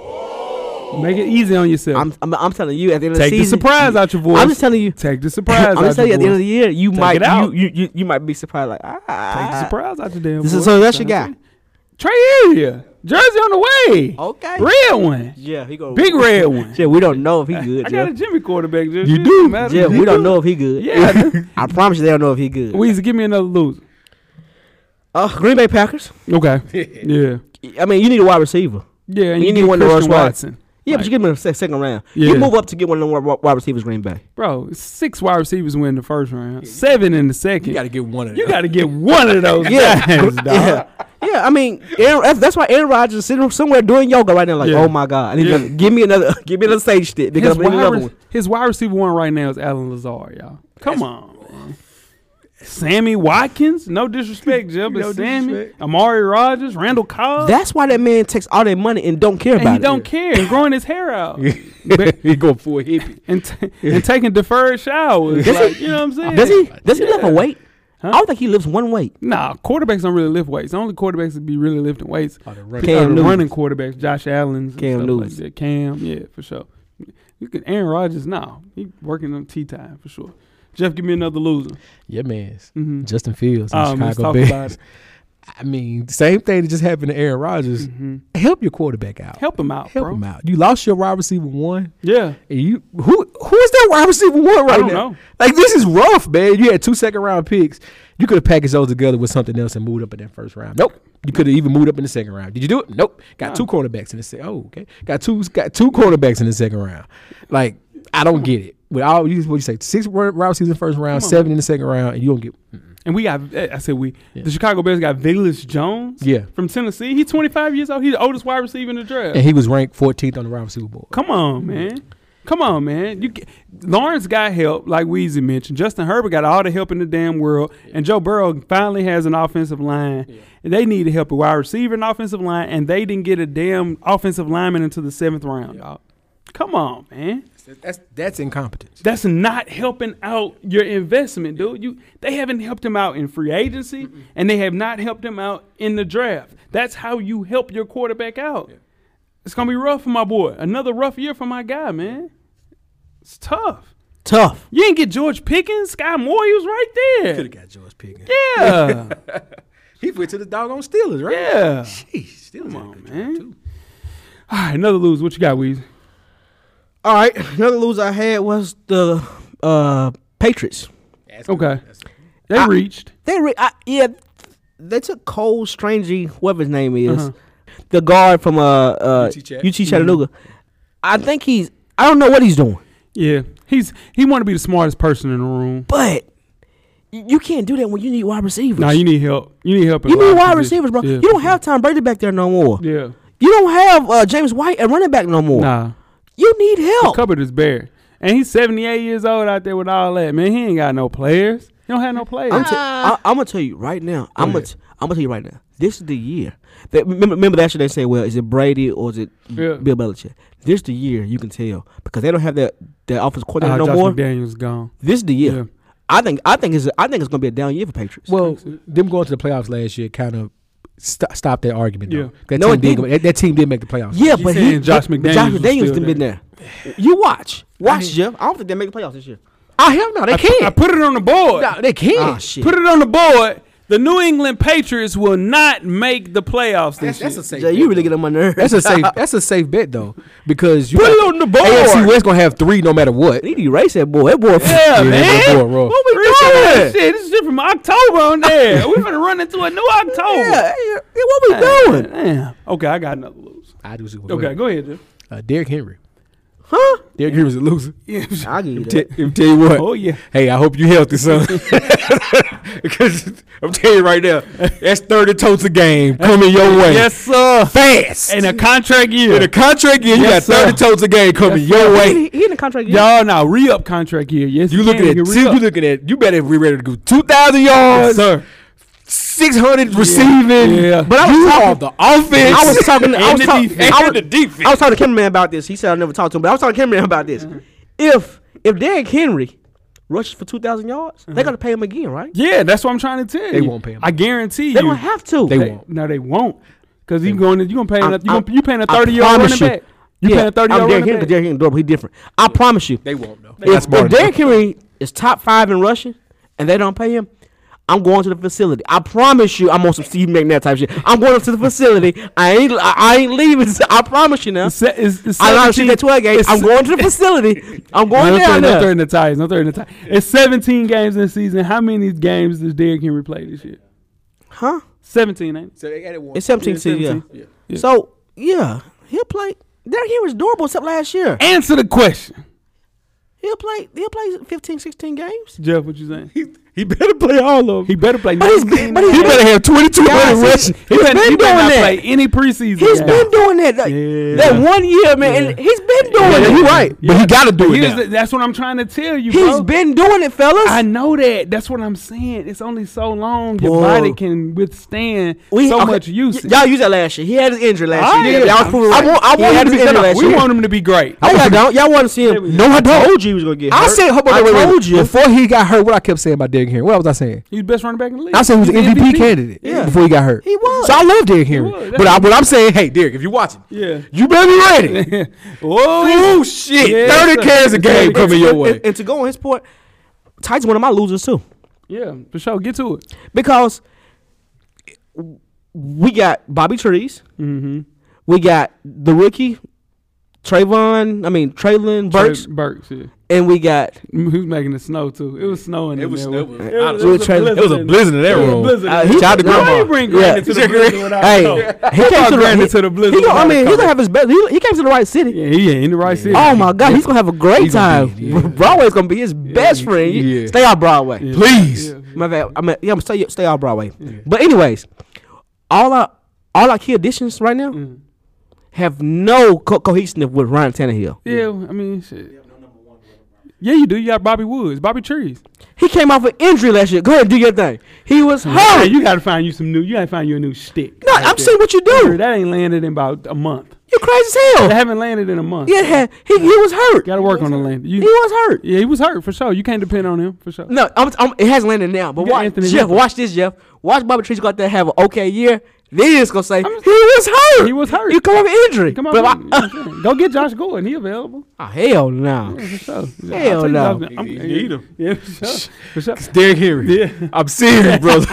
Speaker 4: Make it easy on yourself.
Speaker 6: I'm, I'm, I'm telling you at the end of
Speaker 4: Take
Speaker 6: the
Speaker 4: the
Speaker 6: season.
Speaker 4: surprise out your voice.
Speaker 6: I'm just telling you.
Speaker 4: Take the surprise.
Speaker 6: I'm
Speaker 4: out
Speaker 6: just telling you
Speaker 4: your
Speaker 6: at the end of
Speaker 4: voice.
Speaker 6: the year, you
Speaker 4: Take
Speaker 6: might
Speaker 4: it out.
Speaker 6: you, you, you you might be surprised like
Speaker 4: Take the
Speaker 6: ah.
Speaker 4: surprise out your damn
Speaker 6: This is-
Speaker 4: voice.
Speaker 6: so that's your guy.
Speaker 4: Trey Area. Jersey on the way.
Speaker 6: Okay.
Speaker 4: Red one.
Speaker 6: Yeah, he go
Speaker 4: Big red one.
Speaker 6: Yeah, we don't know if he good.
Speaker 4: I got a
Speaker 6: Jeff.
Speaker 4: Jimmy quarterback. Jeff.
Speaker 5: You
Speaker 4: It
Speaker 5: do?
Speaker 4: doesn't matter.
Speaker 6: Yeah, we don't know if he good.
Speaker 4: Yeah. I do.
Speaker 6: I promise you, they don't know if he good.
Speaker 4: Weezy, give me another loser.
Speaker 6: uh, Green Bay Packers.
Speaker 4: Okay. Yeah.
Speaker 6: I mean, you need a wide receiver.
Speaker 4: Yeah, and
Speaker 6: You
Speaker 4: you,
Speaker 6: need
Speaker 4: get
Speaker 6: one to
Speaker 4: Christian
Speaker 6: rush wide.
Speaker 4: Watson.
Speaker 6: Yeah, but you get him in the se- second round.
Speaker 4: Yeah.
Speaker 6: You move up to get one of the wide wide receivers. Green Bay.
Speaker 4: Bro, six wide receivers win the first round, seven in the second.
Speaker 5: You got to get one of them.
Speaker 4: You gotta get one of those
Speaker 6: Yeah.
Speaker 4: guys, dog.
Speaker 6: Yeah. Yeah, I mean, Aaron, that's, that's why Aaron Rodgers is sitting somewhere doing yoga right now. Like,
Speaker 4: Yeah.
Speaker 6: oh my god, I need
Speaker 4: Yeah.
Speaker 6: another, give me another, give me another stage stick because
Speaker 4: His,
Speaker 6: I need
Speaker 4: wide
Speaker 6: another
Speaker 4: re-
Speaker 6: one.
Speaker 4: his wide receiver one right now is Alan Lazard, y'all. Come on, man. Sammy Watkins, no disrespect, Jeb, but
Speaker 5: No
Speaker 4: Sammy,
Speaker 5: disrespect.
Speaker 4: Amari Rogers, Randall Cobb,
Speaker 6: That's why that man takes all that money and don't care
Speaker 4: and
Speaker 6: about
Speaker 4: he
Speaker 6: it.
Speaker 4: don't care, and growing his hair out, But-
Speaker 5: he go full hippie.
Speaker 4: and t- and taking deferred showers, like, you know what I'm saying?
Speaker 6: Does he? Does he lift
Speaker 4: Yeah.
Speaker 6: a weight? I don't think he lifts one weight.
Speaker 4: Nah, quarterbacks don't really lift weights. The only quarterbacks that be really lifting weights
Speaker 5: Oh, the
Speaker 4: are
Speaker 5: running-
Speaker 4: the
Speaker 6: Cam Newton.
Speaker 4: running quarterbacks, Josh Allen's, and
Speaker 6: Cam
Speaker 4: stuff
Speaker 6: Newton.
Speaker 4: like that. Cam, yeah, for sure. You can Aaron Rodgers, nah, he working on tea time for sure. Jeff, give me another loser.
Speaker 5: Yeah, man.
Speaker 4: Mm-hmm.
Speaker 5: Justin Fields, and
Speaker 4: Um, let's
Speaker 5: Chicago
Speaker 4: talk
Speaker 5: Bears.
Speaker 4: about it.
Speaker 5: I mean, same thing that just happened to Aaron Rodgers. Help your quarterback out.
Speaker 4: Mm-hmm. Help him out,
Speaker 5: Help
Speaker 4: bro.
Speaker 5: him out. You lost your wide receiver one.
Speaker 4: Yeah.
Speaker 5: And you who who is that wide receiver one right
Speaker 4: don't
Speaker 5: now?
Speaker 4: know.
Speaker 5: Like this is rough, man. You had two second round picks. You could have packaged those together with something else and moved up in that first round. Nope. You could have even moved up in the second round. Did you do it? Nope. Got two cornerbacks in the second. Oh, okay. Got two. Got two cornerbacks in the second round. Like I don't get it. With all you, what you say, six round round season first round, seven in the second round, and you don't get.
Speaker 4: And we got, eh, I said we, the Chicago Bears got Valus Jones
Speaker 5: Yeah.
Speaker 4: from Tennessee. He's 25 years old. He's the oldest wide receiver in the draft.
Speaker 5: And he was ranked 14th on the wide receiver board.
Speaker 4: Come on, man. Come on, man. You get, Lawrence got help, like Weezy mentioned. Justin Herbert got all the help in the damn world, and Joe Burrow finally has an offensive line. And They needed help a wide receiver and offensive line, and they didn't get a damn offensive lineman until the seventh round. Dog. Come on, man.
Speaker 5: That's that's incompetence.
Speaker 4: That's not helping out your investment, dude. You they haven't helped him out in free agency, and they have not helped him out in the draft. That's how you help your quarterback out. It's gonna be rough for my boy. Another rough year for my guy, man. It's tough.
Speaker 6: Tough.
Speaker 4: You didn't get George Pickens, Sky Moore. He was right there.
Speaker 5: got George Pickens.
Speaker 4: Yeah,
Speaker 5: He went to the doggone Steelers, right?
Speaker 4: yeah.
Speaker 5: Jeez, Steelers on,
Speaker 4: man. All right, another lose. What you got, Weezy?
Speaker 6: All right. Another loser I had was the uh, Patriots.
Speaker 4: Okay, they reached.
Speaker 6: They re- I, yeah, they took Cole Strangey, whatever his name is,
Speaker 4: Uh-huh.
Speaker 6: the guard from uh, uh
Speaker 5: UT Chat-
Speaker 6: UT Chattanooga.
Speaker 4: Mm-hmm.
Speaker 6: I think he's. I don't know what he's doing,
Speaker 4: Yeah, he's he want to be the smartest person in the room.
Speaker 6: but y- you can't do that when you need wide receivers.
Speaker 4: Now you need help. You need help. in
Speaker 6: You
Speaker 4: a
Speaker 6: need
Speaker 4: lot of
Speaker 6: wide
Speaker 4: positions.
Speaker 6: receivers, bro.
Speaker 4: Yeah.
Speaker 6: You don't have Tom Brady back there no more.
Speaker 4: Yeah.
Speaker 6: You don't have uh, James White at running back no more.
Speaker 4: Nah.
Speaker 6: You need help.
Speaker 4: Cupboard is bare. And he's 78 years old out there with all that. Man, he ain't got no players. He don't have no players.
Speaker 6: I'm, i I'm gonna tell you right now. I'm gonna t- I'm gonna tell you right now. This is the year. That, remember, remember that shit they say. Well, is it Brady or is it
Speaker 4: Yeah.
Speaker 6: Bill Belichick? This is the year you can tell because they don't have that that offense coordinator
Speaker 4: Uh,
Speaker 6: no
Speaker 4: Josh
Speaker 6: more.
Speaker 4: McDaniels gone.
Speaker 6: This is the year.
Speaker 4: Yeah.
Speaker 6: I think I think it's I think it's gonna be a down year for Patriots.
Speaker 5: Well, them going to the playoffs last year kind of st- stopped that argument. Though.
Speaker 4: Yeah.
Speaker 5: That,
Speaker 6: No,
Speaker 5: team
Speaker 6: it
Speaker 5: did,
Speaker 6: didn't.
Speaker 5: that, that team did make the playoffs.
Speaker 6: yeah,
Speaker 4: you
Speaker 6: but
Speaker 4: saying
Speaker 6: he,
Speaker 4: Josh
Speaker 6: but
Speaker 4: McDaniels
Speaker 6: Josh
Speaker 4: was
Speaker 6: McDaniels
Speaker 4: still
Speaker 6: done been there. You watch, watch, Jeff. I don't think they make the playoffs this year.
Speaker 5: I have no. They can't.
Speaker 4: I put it on the board.
Speaker 5: No, they can't.
Speaker 6: Ah, shit.
Speaker 4: Put it on the board. The New England Patriots will not make the playoffs this
Speaker 5: That's, that's
Speaker 4: year.
Speaker 5: a safe.
Speaker 6: Jay,
Speaker 5: bet,
Speaker 6: you really
Speaker 5: though.
Speaker 6: get on my nerves.
Speaker 5: That's a safe. That's a safe bet though, because you
Speaker 4: Put
Speaker 5: got-
Speaker 4: it on the board.
Speaker 5: AFC West gonna have three no matter what.
Speaker 6: They need to erase that boy. That boy.
Speaker 4: yeah,
Speaker 5: Yeah,
Speaker 4: man.
Speaker 5: that boy raw.
Speaker 4: What we
Speaker 5: Erase
Speaker 4: doing?
Speaker 5: that.
Speaker 4: Shit, this shit from October on there. We're gonna run into a new October.
Speaker 6: yeah, yeah. What we doing?
Speaker 4: Damn. Okay, I got another lose.
Speaker 5: I do. see what-
Speaker 4: Okay, go ahead, Jeff.
Speaker 5: Uh, Derrick Henry.
Speaker 6: Huh?
Speaker 5: Derrick Henry's a loser.
Speaker 6: I give you
Speaker 5: T-
Speaker 6: that.
Speaker 5: I'm tell you what.
Speaker 4: Oh, yeah.
Speaker 5: Hey, I hope you healthy, son. Because I'm telling you right now, that's thirty totes a game coming your way.
Speaker 4: Yes, sir.
Speaker 5: fast.
Speaker 4: In a contract year.
Speaker 5: In a contract year, you
Speaker 4: Yes, sir.
Speaker 5: got 30 totes a game coming your
Speaker 6: He,
Speaker 5: way.
Speaker 6: he in the contract. year.
Speaker 4: Y'all now re up contract year. Yes,
Speaker 5: You looking at
Speaker 4: can.
Speaker 5: you
Speaker 4: You can re-up.
Speaker 5: looking at you better be ready to go 2,000 yards,
Speaker 4: sir.
Speaker 5: 600 receiving.
Speaker 4: Yeah.
Speaker 5: But I was you talking, the offense.
Speaker 6: I was talking. I
Speaker 5: and
Speaker 6: was
Speaker 5: the
Speaker 6: talking.
Speaker 5: defense.
Speaker 6: I was,
Speaker 5: And the defense.
Speaker 6: I was talking to cameraman about this. He said I never talked to him, but I was talking to cameraman about this.
Speaker 4: Mm-hmm.
Speaker 6: If if Derrick Henry rushes for two thousand yards, they're gonna pay him again, right?
Speaker 4: Mm-hmm. Yeah, that's what I'm trying to tell you.
Speaker 5: won't pay him.
Speaker 4: I guarantee you.
Speaker 6: They don't have to.
Speaker 5: They won't.
Speaker 4: No, they won't. Because you going to you gonna pay
Speaker 6: I'm-
Speaker 4: enough. You gonna,
Speaker 6: I'm-
Speaker 4: you paying a
Speaker 6: I
Speaker 4: thirty year old running
Speaker 6: promise you.
Speaker 4: back. You
Speaker 6: yeah,
Speaker 4: paying a thirty
Speaker 6: I'm
Speaker 4: year old running
Speaker 6: Derrick Henry
Speaker 4: back.
Speaker 6: because Derrick Henry durable. He different. I promise you.
Speaker 5: They won't, though.
Speaker 6: if if Derrick Henry is top five in rushing and they don't pay him. I'm going to the facility. I promise you, I'm on some Steve McNair type shit. I'm going up to the facility. I ain't, I, I ain't leaving. I promise you now.
Speaker 4: It's se- it's- it's
Speaker 6: I don't see
Speaker 4: 17
Speaker 6: that 12 game.
Speaker 4: it's-
Speaker 6: eh? I'm going to the facility. I'm going
Speaker 4: no,
Speaker 6: down
Speaker 4: third, no
Speaker 6: there.
Speaker 4: third in the ties. No third in the ties. It's 17 games in the season. How many games does Derrick Henry play this year?
Speaker 6: Huh?
Speaker 4: 17, ain't it?
Speaker 5: So they got it one.
Speaker 6: It's 17 season, yeah.
Speaker 4: 17. Yeah.
Speaker 6: So, yeah, he'll play. Derrick Henry's durable except last year.
Speaker 4: Answer the question.
Speaker 6: He'll play He'll play 15, 16 games.
Speaker 4: Jeff, what you saying? He,
Speaker 5: He better play all of them.
Speaker 4: better play
Speaker 6: But he's
Speaker 4: 19.
Speaker 6: been, but he's
Speaker 5: He
Speaker 6: been,
Speaker 5: better have 2,200
Speaker 6: Guys,
Speaker 5: rushing.
Speaker 4: He
Speaker 6: he's
Speaker 4: better,
Speaker 6: been
Speaker 4: he better
Speaker 6: doing
Speaker 4: not
Speaker 6: that.
Speaker 4: play any preseason.
Speaker 6: he's
Speaker 4: game.
Speaker 6: been doing that. Like,
Speaker 4: Yeah.
Speaker 6: That one year, man. And he's been doing
Speaker 5: Yeah,
Speaker 6: it.
Speaker 5: you right. But he got to do it
Speaker 4: Here's
Speaker 5: now.
Speaker 4: the- that's what I'm trying to tell you,
Speaker 6: He's
Speaker 4: bro.
Speaker 6: been doing it, fellas.
Speaker 4: I know that. That's what I'm saying. It's only so long your
Speaker 6: Boy.
Speaker 4: body can withstand so
Speaker 6: okay,
Speaker 4: much
Speaker 6: y-
Speaker 4: usage.
Speaker 6: y'all used that last year. He had his injury last
Speaker 4: I
Speaker 6: year.
Speaker 4: am.
Speaker 6: Y'all was proving right.
Speaker 5: I want- I
Speaker 6: He
Speaker 5: want
Speaker 6: had
Speaker 5: him to
Speaker 6: his
Speaker 5: be-
Speaker 6: injury
Speaker 5: no, no,
Speaker 6: last
Speaker 4: we
Speaker 6: year.
Speaker 4: want him to be great.
Speaker 6: No, y'all don't. Y'all want to see him.
Speaker 5: No, I don't.
Speaker 6: told you he was gonna get
Speaker 5: I
Speaker 6: hurt.
Speaker 5: said, hold on,
Speaker 6: I
Speaker 5: wait, wait, wait.
Speaker 6: told you.
Speaker 5: Before he got hurt, what I kept saying about Derrick Henry? What was I saying?
Speaker 4: He's best running back in the league.
Speaker 5: I said he was an
Speaker 4: He's
Speaker 5: MVP, candidate
Speaker 6: Yeah.
Speaker 5: before he got hurt.
Speaker 6: He was.
Speaker 5: So I love Derrick Henry.
Speaker 4: was,
Speaker 5: But I, what I'm saying, hey, Derrick, if you're watching,
Speaker 4: Yeah.
Speaker 5: you better be ready.
Speaker 4: Oh,
Speaker 5: oh, shit.
Speaker 4: Yeah,
Speaker 5: 30
Speaker 4: sir.
Speaker 5: carries a game
Speaker 4: And-
Speaker 5: coming your
Speaker 6: And-
Speaker 5: way.
Speaker 6: And, and to go on his point, Titans one of my losers too,
Speaker 4: yeah, for sure. Get to it.
Speaker 6: because we got Bobby Trees.
Speaker 4: Mm-hmm.
Speaker 6: We got the rookie, Trayvon. I mean Traylon Burks,
Speaker 4: Burks, yeah.
Speaker 6: and we got
Speaker 4: Mm, Who's making it snow too? It was snowing.
Speaker 5: It
Speaker 4: in
Speaker 5: was
Speaker 4: there.
Speaker 5: snow-
Speaker 4: It
Speaker 5: it
Speaker 6: was- it was a
Speaker 5: It was a blizzard in that
Speaker 4: It was a
Speaker 5: room.
Speaker 4: blizzard.
Speaker 6: Uh, he-
Speaker 5: Shout out to
Speaker 6: Nah,
Speaker 4: Why you
Speaker 5: grandma.
Speaker 4: bring granny
Speaker 6: Yeah.
Speaker 4: to the blizzard without
Speaker 6: Hey,
Speaker 4: snow?
Speaker 6: he came
Speaker 4: Fuck
Speaker 6: to the,
Speaker 4: Granny
Speaker 6: he,
Speaker 4: to the blizzard
Speaker 6: he gonna- I
Speaker 4: without
Speaker 6: mean, he's
Speaker 4: color.
Speaker 6: gonna have his best. He, he came to the right city.
Speaker 4: Yeah, he ain't in the right city.
Speaker 6: Oh my God, he's gonna have a great
Speaker 5: gonna
Speaker 6: time.
Speaker 5: be- yeah.
Speaker 6: Broadway's gonna be his best friend. You-
Speaker 5: Yeah.
Speaker 6: Stay out Broadway.
Speaker 4: Yeah.
Speaker 5: Please.
Speaker 4: Yeah.
Speaker 6: My bad. I mean, yeah, I'm stay stay out Broadway. But anyways, all our all our key additions right now have no co- cohesiveness with Ryan Tannehill.
Speaker 4: Yeah, I mean, shit. Yeah, you do. You got Bobby Woods, Bobby Trees.
Speaker 6: He came off an injury last year. Go ahead, do your thing. He was
Speaker 4: Hey,
Speaker 6: hurt.
Speaker 4: you got to find you some new. You got to find you a new shtick.
Speaker 6: no, I'm saying what you do.
Speaker 4: that ain't landed in about a month.
Speaker 6: You're crazy as
Speaker 4: They
Speaker 6: hell.
Speaker 4: haven't landed in a month.
Speaker 6: Yeah, ha- he, he was hurt.
Speaker 4: got to work on the land. You,
Speaker 6: He was hurt.
Speaker 4: yeah, he was hurt for sure. You can't depend on him for sure.
Speaker 6: No, I'm, I'm, it hasn't landed now. But
Speaker 4: You got
Speaker 6: watch,
Speaker 4: Anthony
Speaker 6: Jeff,
Speaker 4: Hilton.
Speaker 6: watch this, Jeff. Watch Bobby Trees go out there and have an okay year. Then he's gonna say he was hurt.
Speaker 4: He was hurt.
Speaker 6: You come off an injury.
Speaker 4: Come on,
Speaker 6: But I-
Speaker 4: go get Josh Gordon. He available
Speaker 6: Oh, hell no.
Speaker 4: for sure. I'll
Speaker 6: Hell
Speaker 4: tell you,
Speaker 6: no.
Speaker 4: I was- I'm-
Speaker 5: You need him.
Speaker 4: Yeah, for sure. For sure.
Speaker 5: Derrick Henry. I'm serious, brother.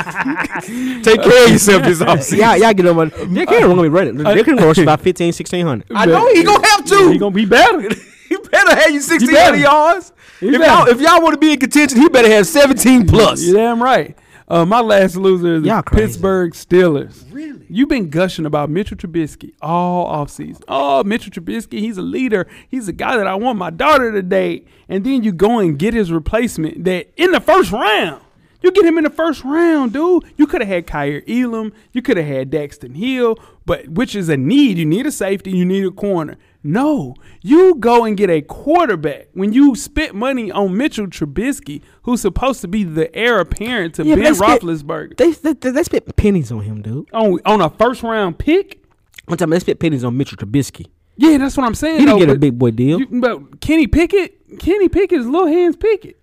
Speaker 5: Take care of yourself this offseason.
Speaker 6: y'all, y'all get on my. Derrick Henry gonna be running. Derrick Henry gonna rush about 15, 1600.
Speaker 5: I know he gonna have to.
Speaker 4: He gonna be better.
Speaker 5: He better have you 16
Speaker 4: better.
Speaker 5: yards. If
Speaker 4: better.
Speaker 5: y'all, if y'all want to be in contention, he better have 17 plus.
Speaker 4: You damn right. Uh, my last loser is
Speaker 6: Y'all
Speaker 4: the
Speaker 6: crazy.
Speaker 4: Pittsburgh Steelers. Really? You've been gushing about Mitchell Trubisky all offseason. Oh, Mitchell Trubisky, he's a leader. He's a guy that I want my daughter to date. And then you go and get his replacement that in the first round. You get him in the first round, dude. You could have had Kyir Elam. You could have had Daxton Hill, but which is a need. You need a safety. You need a corner. No, you go and get a quarterback when you spent money on Mitchell Trubisky, who's supposed to be the heir apparent to
Speaker 6: Yeah, but
Speaker 4: Ben
Speaker 6: they spent-
Speaker 4: Roethlisberger,
Speaker 6: They, they, they, they spent pennies on him, dude.
Speaker 4: on on a first round pick.
Speaker 6: One time they spent pennies on Mitchell Trubisky.
Speaker 4: Yeah, that's what I'm saying.
Speaker 6: He didn't
Speaker 4: though,
Speaker 6: get a
Speaker 4: but-
Speaker 6: big boy deal.
Speaker 4: you- but Kenny Pickett, Kenny Pickett is little hands Pickett.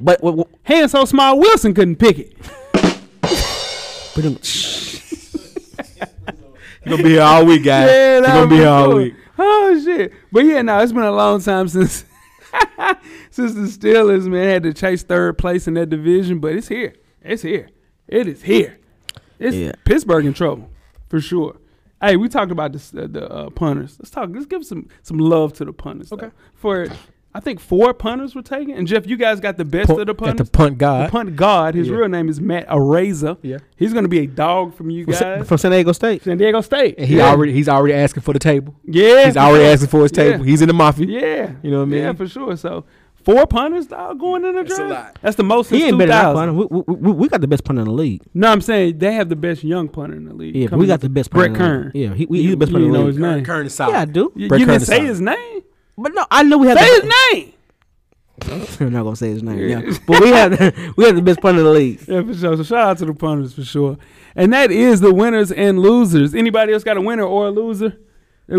Speaker 6: But what? what
Speaker 4: Hands so small Wilson couldn't pick it.
Speaker 6: but them-
Speaker 5: He gonna be here all week, guys.
Speaker 4: Yeah,
Speaker 5: He
Speaker 4: that
Speaker 5: gonna
Speaker 4: would
Speaker 5: be here all
Speaker 4: cool.
Speaker 5: week.
Speaker 4: Oh shit! But yeah, no, it's been a long time since since the Steelers man had to chase third place in that division, but it's here. It's here. It is here. It's
Speaker 6: Yeah.
Speaker 4: Pittsburgh in trouble for sure. Hey, we talked about this, uh, the uh, punters. Let's talk. Let's give some some love to the punters. Okay. For I think four punters were taken, and Jeff, you guys got the best of the
Speaker 5: Got the
Speaker 4: punters.
Speaker 5: punt guy.
Speaker 4: The punt god. His
Speaker 5: Yeah.
Speaker 4: real name is Matt Areza.
Speaker 5: Yeah.
Speaker 4: He's gonna be a dog from you
Speaker 6: from, Sa-
Speaker 4: guys.
Speaker 6: from San Diego State.
Speaker 4: San Diego State.
Speaker 5: And he
Speaker 4: Yeah.
Speaker 5: already he's already asking for the table.
Speaker 4: Yeah.
Speaker 5: He's
Speaker 4: for
Speaker 5: already
Speaker 4: sure.
Speaker 5: asking for his table.
Speaker 4: Yeah.
Speaker 5: He's in the mafia.
Speaker 4: Yeah.
Speaker 5: You know what I mean?
Speaker 4: Yeah, for sure. So four punters dog going in the
Speaker 5: That's a
Speaker 4: draft.
Speaker 5: lot.
Speaker 4: That's the most since
Speaker 6: He ain't better than our
Speaker 4: 2000.
Speaker 6: punter. We, we, we, we got the best punter in the league.
Speaker 4: No, I'm saying they have the best young punter in the league.
Speaker 6: Yeah, but
Speaker 4: Coming
Speaker 6: we got
Speaker 4: up-
Speaker 6: the best punter.
Speaker 4: Brett
Speaker 6: in the league.
Speaker 4: Kern.
Speaker 6: Yeah, he, we, he's the best
Speaker 4: you
Speaker 6: punter in the
Speaker 4: know
Speaker 6: league.
Speaker 4: his name.
Speaker 5: Kern is
Speaker 6: Yeah, I do.
Speaker 4: You,
Speaker 5: Brett
Speaker 4: you
Speaker 5: Kern
Speaker 4: didn't
Speaker 5: is
Speaker 4: say
Speaker 5: solid.
Speaker 4: his name.
Speaker 6: But no, I know we had.
Speaker 4: Say his
Speaker 6: The,
Speaker 4: name.
Speaker 6: I'm not gonna say his name. Yeah, but we had we had the best punter in the league.
Speaker 4: Yeah, for sure. So shout out to the punters for sure. And that is the winners and losers. Anybody else got a winner or a loser that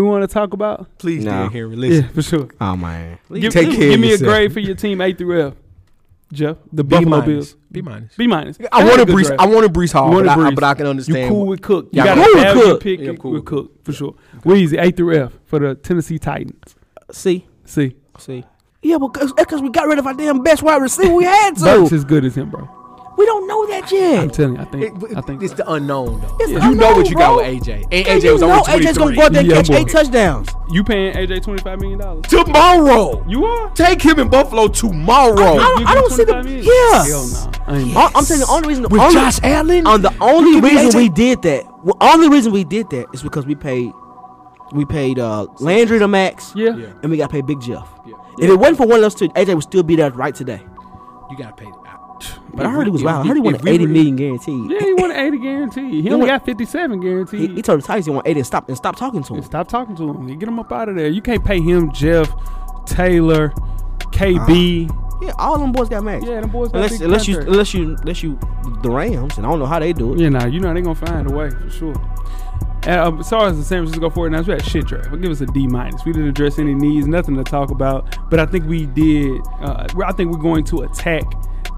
Speaker 4: we want to talk about?
Speaker 5: Please,
Speaker 6: No.
Speaker 5: Derrick Henry, listen.
Speaker 4: Yeah, for sure.
Speaker 6: Oh man,
Speaker 4: Give,
Speaker 5: Take
Speaker 4: give,
Speaker 5: care of
Speaker 4: give me a
Speaker 5: yourself.
Speaker 4: grade for your team A through F. Jeff, the
Speaker 5: B
Speaker 4: Buffalo
Speaker 5: minus.
Speaker 4: Bills.
Speaker 5: B minus.
Speaker 4: B minus.
Speaker 5: I
Speaker 4: That's
Speaker 5: want
Speaker 4: a
Speaker 5: a
Speaker 4: good
Speaker 5: Brees.
Speaker 4: grade.
Speaker 5: I want a Brees
Speaker 6: Oh,
Speaker 5: Hall,
Speaker 4: You want
Speaker 5: but,
Speaker 4: a
Speaker 5: I, I-
Speaker 4: Brees.
Speaker 5: but I can understand.
Speaker 4: You cool with Cook. You
Speaker 5: Yeah,
Speaker 4: got
Speaker 5: I'm
Speaker 6: cool
Speaker 4: to
Speaker 6: with
Speaker 4: value
Speaker 6: Cook.
Speaker 4: pick
Speaker 5: Yeah, I'm
Speaker 4: it
Speaker 5: cool
Speaker 4: with
Speaker 5: with
Speaker 4: Cook for sure. Weezy A through F for the Tennessee Titans.
Speaker 6: see,
Speaker 4: See,
Speaker 6: see. Yeah, but that's because we got rid of our damn best wide receiver. We had
Speaker 4: Burks
Speaker 6: to.
Speaker 4: is good as him, bro.
Speaker 6: We don't know that yet.
Speaker 4: I'm telling you, I think.
Speaker 5: It-
Speaker 4: I think.
Speaker 5: it's the unknown though.
Speaker 6: It's the
Speaker 5: you know
Speaker 6: unknown,
Speaker 5: what you
Speaker 6: bro.
Speaker 5: got with AJ. And
Speaker 6: And
Speaker 5: AJ
Speaker 6: you
Speaker 5: was only
Speaker 6: know AJ's gonna go out there and
Speaker 4: Yeah,
Speaker 6: catch
Speaker 4: boy.
Speaker 6: eight touchdowns.
Speaker 4: you paying AJ twenty five million dollars?
Speaker 5: tomorrow.
Speaker 4: You are.
Speaker 5: Take him in Buffalo tomorrow.
Speaker 6: I don't-
Speaker 4: You
Speaker 6: I
Speaker 4: give
Speaker 6: don't see the-
Speaker 4: 25 million?
Speaker 6: yeah.
Speaker 4: Hell no. I ain't-
Speaker 6: I- Uh, I'm saying the only reason the
Speaker 5: With
Speaker 6: only,
Speaker 5: Josh Allen?
Speaker 6: on the only
Speaker 5: Look at
Speaker 6: reason
Speaker 5: AJ.
Speaker 6: we did that. Well, only reason we did that is because we paid we paid uh, Landry to max.
Speaker 4: Yeah.
Speaker 6: And we got paid Big Jeff.
Speaker 5: Yeah.
Speaker 6: If it wasn't for one of those two, AJ would still be there right today.
Speaker 5: You gotta pay. I-
Speaker 6: But I heard he was
Speaker 5: If-
Speaker 6: wild. I heard he
Speaker 5: if-
Speaker 6: won
Speaker 5: if
Speaker 6: an
Speaker 5: we
Speaker 6: 80
Speaker 5: were-
Speaker 6: million guaranteed.
Speaker 4: Yeah, he won eighty guaranteed. He only
Speaker 6: won-
Speaker 4: got fifty seven
Speaker 6: He,
Speaker 4: guaranteed.
Speaker 6: he told the Titans he won 80 and stop and stop talking to him.
Speaker 4: Stop talking to him. You get him up out of there. You can't pay him, Jeff, Taylor, KB.
Speaker 6: Yeah, all them boys got max.
Speaker 4: Yeah, them boys got
Speaker 6: Unless,
Speaker 4: big
Speaker 6: unless you
Speaker 4: contracts.
Speaker 6: unless you unless you the Rams and I don't know how they do it.
Speaker 4: Yeah, nah, you know they gonna find a way for sure. And, um, as far as the San Francisco 49ers, we had shit draft. But give us a D minus. We didn't address any needs, nothing to talk about. But I think we did. Uh, I think we're going to attack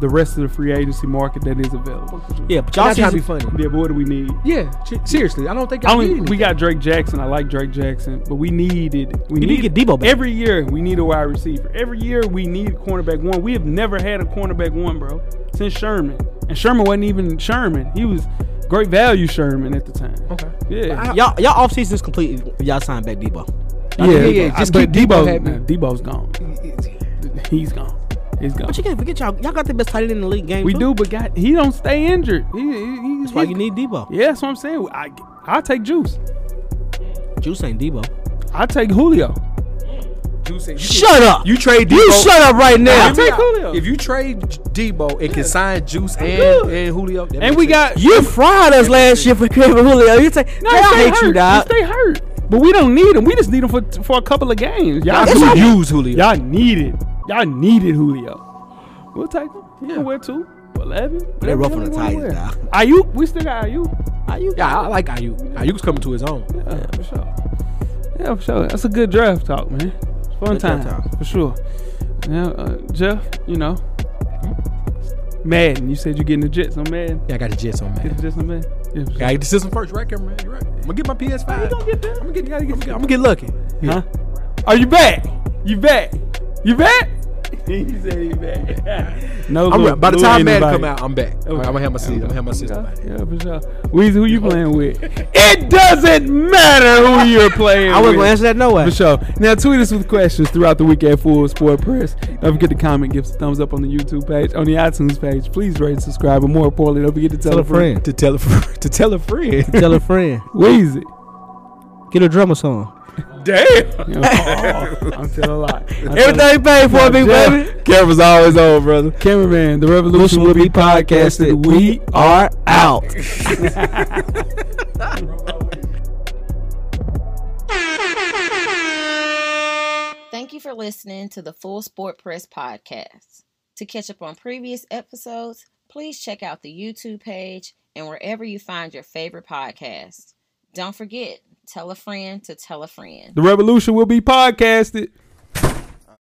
Speaker 4: the rest of the free agency market that is available.
Speaker 6: Yeah, but y'all
Speaker 5: That's gotta
Speaker 6: season-
Speaker 5: be funny.
Speaker 4: Yeah, but what do we need?
Speaker 5: Yeah, ch- seriously, I don't think
Speaker 4: I
Speaker 5: y'all
Speaker 4: mean,
Speaker 5: need
Speaker 4: we
Speaker 5: anything.
Speaker 4: got Drake Jackson. I like Drake Jackson, but we needed we
Speaker 6: You need to get Debo back.
Speaker 4: every year. We need a wide receiver. Every year we need cornerback one. We have never had a cornerback one, bro, since Sherman. And Sherman wasn't even Sherman. He was Great value Sherman at the time. Okay. Yeah.
Speaker 5: I-
Speaker 6: Y'all, y'all off season is complete. if Y'all signed back Debo.
Speaker 4: yeah,
Speaker 5: yeah, yeah,
Speaker 4: Just
Speaker 5: just
Speaker 4: keep
Speaker 5: but Debo
Speaker 4: Debo.
Speaker 5: had-
Speaker 4: Nah, Debo's gone. He's gone. He's gone.
Speaker 6: But you can't forget y'all. Y'all got the best tight end in the league game.
Speaker 4: We
Speaker 6: too.
Speaker 4: do, but God, he don't stay injured. He, he, he's,
Speaker 6: That's why you need Debo.
Speaker 4: Yeah, that's what I'm saying. I I take Juice.
Speaker 6: Juice ain't Debo.
Speaker 4: I take Julio.
Speaker 6: Shut up.
Speaker 5: You trade Debo.
Speaker 6: You shut up right now.
Speaker 4: I'll take Julio.
Speaker 5: If you trade Debo and can sign Juice and,
Speaker 4: good.
Speaker 5: and Julio, that
Speaker 4: And
Speaker 5: makes
Speaker 4: we
Speaker 5: sense.
Speaker 4: got
Speaker 6: You fried us last year for Kevin Julio. You say,
Speaker 4: No,
Speaker 6: man, I
Speaker 4: stay
Speaker 6: hate
Speaker 4: hurt.
Speaker 6: you, dog.
Speaker 4: Stay hurt. But we don't need him. We just need him for for a couple of games. Y'all,
Speaker 5: That's
Speaker 4: need
Speaker 5: how
Speaker 4: it.
Speaker 5: we use Julio.
Speaker 4: Y'all need it. Y'all needed Julio. We'll take him. He can wear two, eleven.
Speaker 6: They rough on the
Speaker 4: whatever
Speaker 6: Titans,
Speaker 4: he wanna
Speaker 6: dog.
Speaker 4: wear. Ayuk, we still got Ayuk.
Speaker 6: How you
Speaker 5: Yeah, I like Ayuk. Ayuk's coming to his own.
Speaker 4: Yeah, for sure. Yeah, for sure. That's a good draft talk, man. It's fun
Speaker 6: Good
Speaker 4: time
Speaker 6: draft talk.
Speaker 4: for sure. Yeah, uh, Jeff, you know, Hmm? Madden. You said you getting the Jets on Madden.
Speaker 5: Yeah, I got the Jets on,
Speaker 4: Get
Speaker 5: man.
Speaker 4: the Jets on Madden. Yeah, for sure.
Speaker 5: Gotta get the system first, right, camera, man. You're right. I'm gonna get my PS5.
Speaker 4: You gonna get that?
Speaker 5: I'm gonna get,
Speaker 4: You gotta get
Speaker 5: I'm
Speaker 4: that.
Speaker 5: gonna, I'm gonna get lucky.
Speaker 4: Huh? Are you back? You back? You back? he said he back. no,
Speaker 5: I'm
Speaker 4: little-
Speaker 5: re- by the
Speaker 4: little
Speaker 5: time man
Speaker 4: invite.
Speaker 5: come out, I'm back. I'm gonna have my seat. I'm gonna have my system back.
Speaker 4: Okay. Yeah, for sure. Weezy, who you playing with? it doesn't matter who you're playing
Speaker 6: I
Speaker 4: with.
Speaker 6: wasn't gonna answer that no way.
Speaker 4: For sure. Now tweet us with questions throughout the week at Full Sport Press. Don't forget to comment, give us a thumbs up on the YouTube page, on the iTunes page. Please rate and subscribe, and more importantly, don't forget to tell,
Speaker 6: Tell a friend.
Speaker 5: To tell a fr- to tell a friend.
Speaker 6: Tell a friend.
Speaker 4: Weezy.
Speaker 6: Get a drummer song.
Speaker 5: Damn.
Speaker 4: You know, oh, I'm telling a lot. I'm telling-
Speaker 6: Everything paid for, big
Speaker 4: Jeff.
Speaker 6: baby.
Speaker 5: Camera's always on, brother.
Speaker 4: Cameraman, the revolution will be podcasted. We are out.
Speaker 3: Thank you for listening to the Full Sport Press podcast. To catch up on previous episodes, please check out the YouTube page and wherever you find your favorite podcast. Don't forget, tell a friend to tell a friend.
Speaker 4: The revolution will be podcasted.